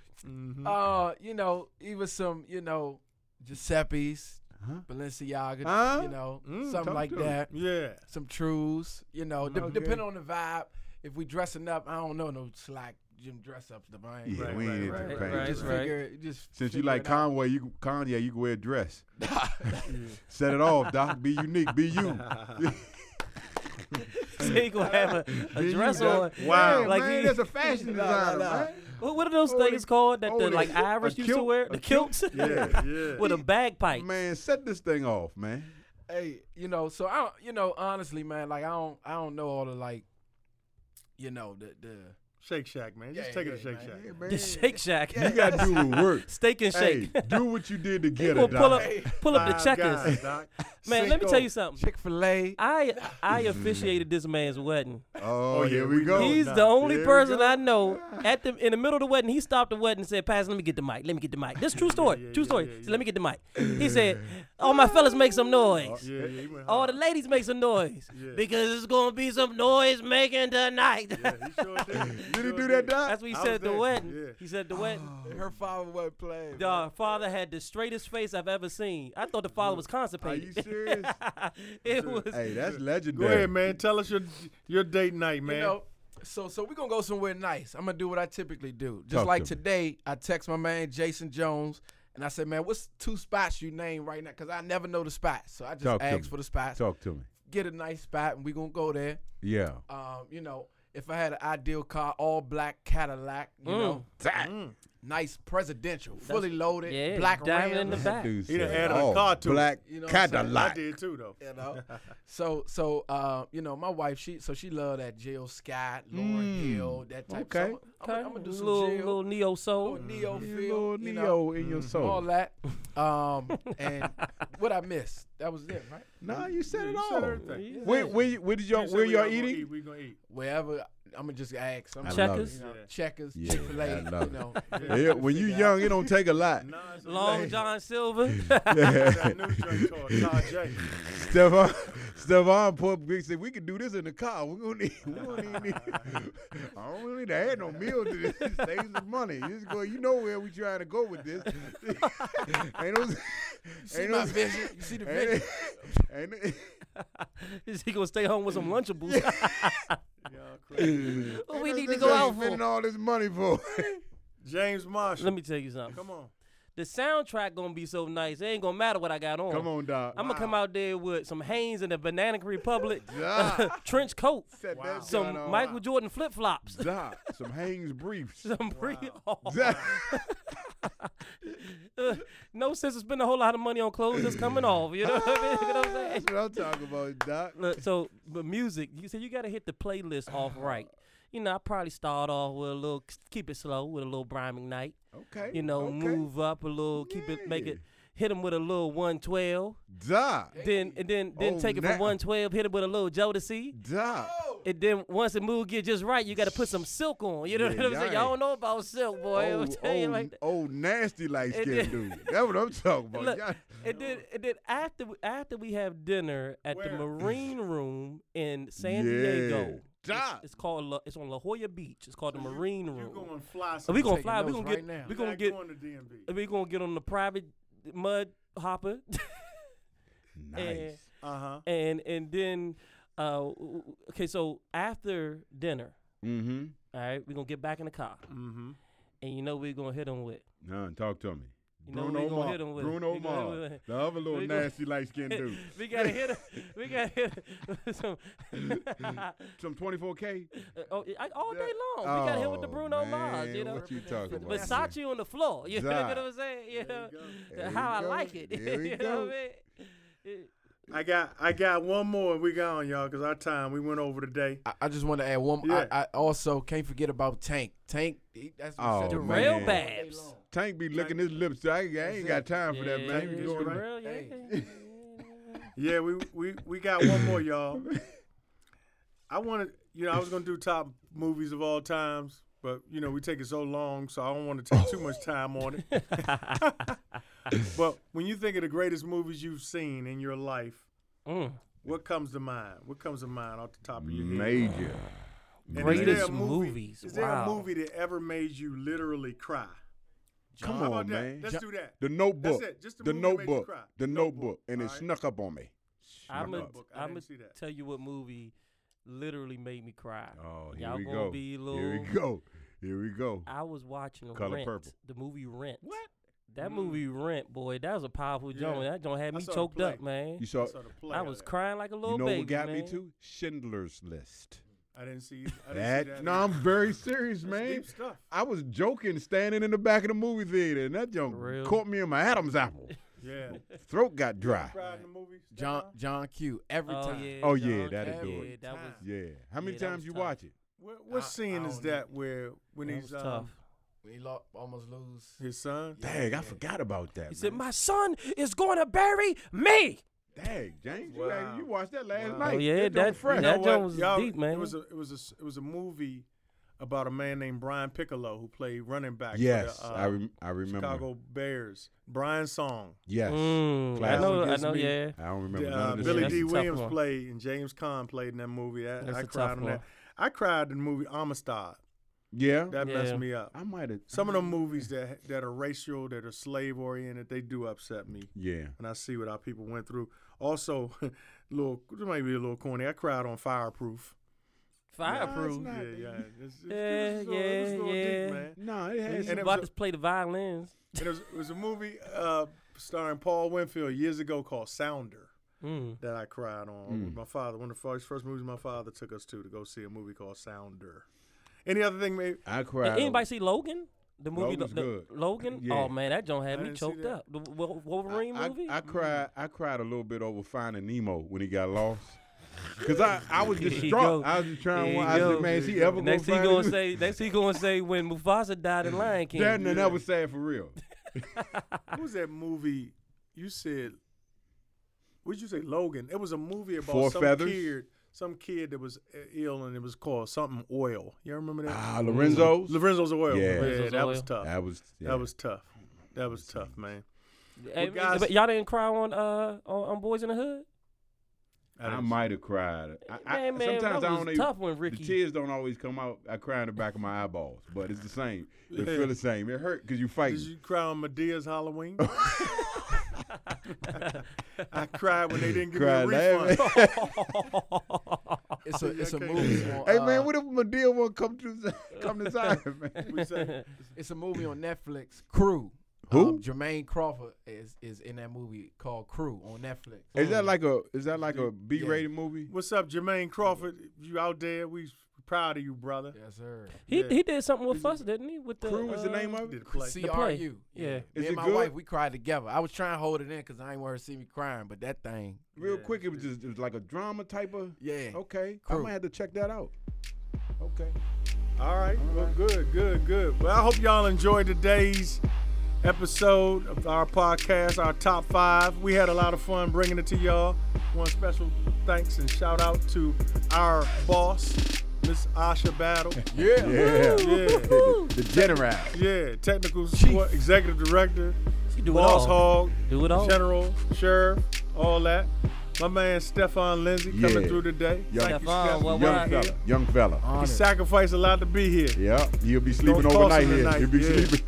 Uh, you know, even some, you know, Giuseppe's,
Huh?
Balenciaga,
Huh?
you know,
Mm,
something
talk
like
to me.
that.
Yeah.
Some trues, you know, de-
Okay.
depending on the vibe. If we dressing up, I don't know no slack gym dress ups. The I ain't
Yeah,
Right,
we ain't
right,
into
right,
the pain.
right.
Just figure, just
Since you
figure
like
it out.
Conway, you can- Kanye, you can wear a dress. Set it off, Doc. Be unique. Be you.
so you gonna have a, a
Be
dress
you,
on.
Doc.
Wow.
Yeah,
Like
man,
he-
that's a fashion designer, man.
What, what are those
Oh,
things
they-
called that
oh,
the
they-
like
a
Irish used to
kilt-
wear?
a
The
kilt,
kilts
Yeah. Yeah.
with a bagpipe.
Man, set this thing off, man.
Hey, you know, so I, don't- you know, honestly, man, like I don't, I don't know all the like, you know, the the.
Shake Shack, man. Just
Yeah,
take it to
yeah,
Shake
man.
Shack.
Yeah, man.
The Shake Shack.
You got to do the work.
Steak and
Hey,
shake.
do what you did to
He
get
gonna
it,
pull up,
Doc.
pull up the
Five
checkers.
guys, Doc.
Man, let me
Cinco.
tell you something.
Chick Fil A.
I I officiated this man's wedding.
Oh,
yeah,
here
we
we go.
Oh,
He's
nah.
the only
There we
person
go.
I know at the in the middle of the wedding. He stopped the wedding and said, "Pastor, let me get the mic. Let me get the mic." This true story.
yeah,
true
yeah,
story.
yeah, Oh,
So let me get the mic. He said, "All my fellas make some noise.
Yeah, yeah, he went
All
hard.
the ladies make some noise because it's gonna be some noise making tonight."
Yeah, he sure did.
Did he
sure
do that, Doc?
That's what he
I
said
was
at the
there,
wedding.
yeah. Oh.
He said at the wedding.
Her oh father wasn't playing.
The father had the straightest face I've ever seen. I thought the father was
Are you
constipated.
serious?
it was
hey, that's
Go
legendary.
ahead, man. Tell us your your date night,
You
man.
know, so so we're gonna go somewhere nice. I'm gonna do what I typically do. Just
Talk
like
to me.
today, I text my man Jason Jones and I said, Man, what's two spots you name right now? Cause I never know the spots. So I just
Talk to
asked
me.
for the spots.
Talk to me.
get a nice spot and we gonna go there.
Yeah.
Um, you know, if I had an ideal car, all black Cadillac, you
Mm,
know, Mm.
Zach.
nice presidential, fully loaded,
yeah,
black
diamond
Ram,
in the back.
Dude
He done
said,
added a
"Oh,
car to it."
black
You know what I'm saying?
I
Cadillac.
did too though.
You know, so so uh, you know, my wife she so she loved that Jill Scott, Lauren Hill, that type.
Okay.
So I'm, gonna- I'm gonna do some
Mm. little
Jill,
little neo soul.
Oh,
little neo
You
feel,
little
you know,
Neo in your soul.
all that. Um, and what I missed, that was it, right?
Nah, you said it
You
all.
said everything.
Where, where, you- where did y'all,
You said
where
we
y'all
all gonna
eating?
eat, We gonna eat.
Wherever I'm gonna just ask some
I love
Checkers.
you know,
Yeah.
checkers,
Yeah,
Chick Fil
I
A,
love
you
it.
know.
Yeah, when you young, it don't take a lot.
Nah, it's
Long
okay.
John Silver.
That new drink called Tajay.
Stefan, Stefan put up big said, we could do this in the car. We don't need, we don't even need, I don't really need to add no meal to this. It Saves some money. You Just go, you know where we trying to go with this. ain't no,
See
ain't
my
no,
vision. You see the vision.
ain't, ain't,
Is he gonna stay home with some Lunchables?
Y'all crazy.
what
ain't
we
no
need to
sense
go
in
out
spending
for?
all this money for.
James Marshall.
Let me tell you something.
Come on.
The soundtrack gonna be so nice. It ain't gonna matter what I got on.
Come on, dog.
I'm gonna come out there with some Hanes and a Banana Republic
Yeah.
trench coat,
Set
Wow.
that
some
gun on.
Michael Jordan flip flops,
Doc, some Hanes briefs.
some pre.
Doc.
Uh, no sense to spend a whole lot of money on clothes that's coming off. You know what I mean? You know what I'm saying?
That's what I'm talking about, Doc.
Look, so but music, you said you gotta hit the playlist off right. You know, I probably start off with a little keep it slow with a little Brian McKnight.
Okay.
You know,
okay.
move up a little, keep it, make
Yeah.
it, hit them with a little one twelve.
Doc.
Then and then then
Oh,
take it
now-
from one twelve, hit it with a little Jodeci.
Doc.
And then once the move get just right, you got to put some silk on. You know
Yeah, Oh,
what I'm saying?
y'all
Y'all don't know about silk, boy. I'm
Old,
telling you
old,
like that.
old nasty light
And
skinned
then-
dude. That's what I'm talking about.
Look,
Y'all-
and then and then after after we have dinner at the
Where?
Marine Room in San
Yeah.
Diego,
Doc.
it's called La, it's on La Jolla Beach. It's called the Marine
You
Room.
gonna fly?
And we gonna
Taking
fly. We
notes
gonna
right now.
get. We gonna get.
going to DMV.
We gonna get on the private mud hopper,
nice.
Uh huh.
and and then uh w- w- okay. So after dinner,
Mm-hmm.
all right, we gonna get back in the car,
Mm-hmm.
and you know we gonna hit them with.
Nah, talk to me.
You know
Bruno
we gonna
Mars.
hit 'em with it.
Bruno
We gonna hit 'em
Mars.
with it.
The other little
We gonna-
nasty light skinned dude.
we gotta hit him. We gotta hit 'em. some,
Some 24K.
oh, I- all day long. we gotta hit with the
Oh,
Bruno Mars,
man,
you know.
What you talking about?
Versace on the floor. You know
Zah.
what I'm saying? You know,
There
how
you
I
go.
like it.
There we
you
go.
know what I mean?
I got I got one more and we gone, y'all, because our time we went over today.
I, I just want to add one.
Yeah.
I, I also can't forget about Tank. Tank, he, that's what
Oh,
he said.
man. Rail
babs.
Tank be licking his lips. I, ain't- I ain't got time for that,
Yeah,
man.
yeah,
You
yeah,
going-
real, yeah,
Hey.
yeah.
Yeah, we we we got one more, y'all. I wanted, you know, I was gonna do top movies of all times, but you know, we take it so long, so I don't want to take too much time on it. but when you think of the greatest movies you've seen in your life,
Mm.
what comes to mind? What comes to mind off the top of your head?
Major.
And is
Greatest
there a movie-
movies.
Is there
wow.
a movie that ever made you literally cry?
Come
How
on,
about that?
man.
Let's do that.
The Notebook.
That's it. Just the
the
movie that made you
Notebook.
cry.
The
Notebook.
Notebook. And it
All right.
snuck up on me.
I'm
Snuck
gonna
up.
I didn't see that.
tell you what movie literally made me cry.
Oh, here
Y'all
we
gonna
go.
be little.
Here we go. Here we go.
I was watching
Color
Rent,
Purple.
the movie Rent.
What? Mm.
That movie Rent, boy, that was a powerful
Yeah.
joint. That joint had
I
me
saw the
choked up,
play.
man.
You saw,
I saw the play
I
of
was
that.
crying like a little
you know
baby.
what got me
man.
too? Schindler's List.
I didn't see. I didn't
That,
see that
no, I'm very serious,
That's
man.
Deep stuff.
I was joking standing in the back of the movie theater, and that junk
Real.
caught me in my Adam's apple.
Yeah.
Throat got dry.
Cried in the movies. that
John
time?
John Q. Every
Oh
time.
yeah.
Oh, yeah,
John
that'd
Candy.
do
Yeah,
it.
that was
Yeah. How many
Yeah, that
times
was
you
tough.
watch it?
What, what
I-
scene
I
is
don't know.
that where when
that was
he's uh,
tough.
When he lo- almost lose.
his son?
Dang, I forgot about that.
He said,
man.
"My son is going to bury me."
Dang, James, you,
Wow.
ain't- you watched that last
Wow.
night.
Oh, yeah,
That junk
that-
fresh.
You
that-
know
joint
what?
was
Y'all-
deep, man.
It was a it was a s- it was a movie about a man named Brian Piccolo who played running back. for the,
Yes,
uh,
I rem- I remember.
Chicago Bears. Brian Song.
Yes,
Mm, I
Classic.
know. I
Gets
know.
me.
Yeah.
I don't remember none
Uh,
of this.
Billy
shit.
D.
That's a tough
Williams
one.
played and James Caan played in that movie. I,
That's
I
a
cried
tough
on
one.
that. I cried in the movie Amistad.
Yeah,
That messed
Yeah.
me up.
I might have.
Some of the movies that that are racial, that are slave oriented, they do upset me.
Yeah.
and I see what our people went through. Also, little this might be a little corny. I cried on Fireproof.
Fireproof.
Yeah, yeah, it's, it's,
Yeah,
it's a little, it's a
yeah,
little
yeah.
deep, man.
No, it
He's
has.
And it
about
was a-
to play the violins.
And it was, it was a movie uh, starring Paul Winfield years ago called Sounder.
Mm.
that I cried on.
Mm.
My father, one of the first, first movies my father took us to to go see a movie called Sounder. Any other thing, maybe?
I
Did
cried.
anybody see Logan? The movie
Logan's
the-
good.
Logan?
Yeah.
Oh man, that joint had
I
me
didn't see
choked
that.
up. The Wo- Wolverine
I,
movie?
I cried. I cried a little bit over finding Nemo when he got lost. Cause I, I was
Here you
distraught.
go.
I was just trying.
Here
to
you
I
go.
said, man, is he ever
next he
gonna
gonna
find
say next he gonna say when Mufasa died in Lion King.
That, that was sad for real.
What was that movie you said? What did you say, Logan? It was a movie about
Four
some
Feathers?
kid, some kid that was uh, ill, and it was called something oil. You all remember that?
Ah, Lorenzo's.
Lorenzo's oil.
Yeah.
Yeah,
Lorenzo's
that was
Oil.
tough.
That was. yeah.
That was tough. That was tough, man.
Hey,
Well, guys-
but y'all didn't cry on uh on, on Boys in the Hood?
I
I
didn't-
might have cried. I, I,
man, man,
sometimes
that
I
was
don't even.
tough when Ricky
The tears don't always come out. I cry in the back of my eyeballs, but it's the same. It feel the same. It hurt because you
Did
fighting.
you cry on Medea's Halloween? I cried when they didn't give
Cried
me a refund.
laughing.
It's a it's a
Okay.
movie. On,
hey
uh,
man, what if Medea won't come to come to Zion, man?
We say-
It's a movie on Netflix. Crew.
Who?
Um, Jermaine Crawford is is in that movie called Crew on Netflix.
Is that like a is that like a B rated movie?
What's up, Jermaine Crawford? You out there? We proud of you, brother.
Yes, sir.
He
Yeah.
he did something with us, didn't he? With the
Crew is the name
uh,
of
Did
it.
a play.
C
The
R
play.
U.
Yeah. Is
Me
it
and my
good?
wife, we cried together. I was trying to hold it in because I ain't want her to see me crying, but that thing.
Real quick, it was just it was like a drama type of.
Yeah.
Okay, I
Crew.
might have to check that out. Okay.
All right. Well, good, good, good. Well, I hope y'all enjoyed today's episode of our podcast, our top five. We had a lot of fun bringing it to y'all. One special thanks and shout out to our boss, Miss Asha Battle.
Yeah. Yeah.
Yeah,
The, the general.
yeah. Technical support, executive director,
She do it
boss
all.
hog,
Do it all.
general, sheriff, all that. My man Stefan Lindsay coming
Yeah.
through today.
Young,
Thank you,
Stefan,
Stefan.
what-
young
what-
fella. Young fella.
He sacrificed a lot to be here.
Yeah. He'll be sleeping
Uh, toss
overnight
him
here.
tonight,
He'll be
yeah.
sleeping.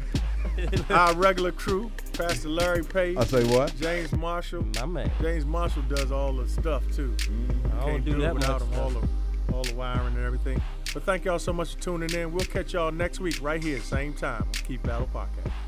Our regular crew, Pastor Larry Page.
I say what?
James Marshall.
My man.
James Marshall does all the stuff too.
I don't
Can't
do,
do, it
that
without
much.
him. All the, all the wiring and everything. But thank y'all so much for tuning in. We'll catch y'all next week right here, same time. on Keep Battle Podcast.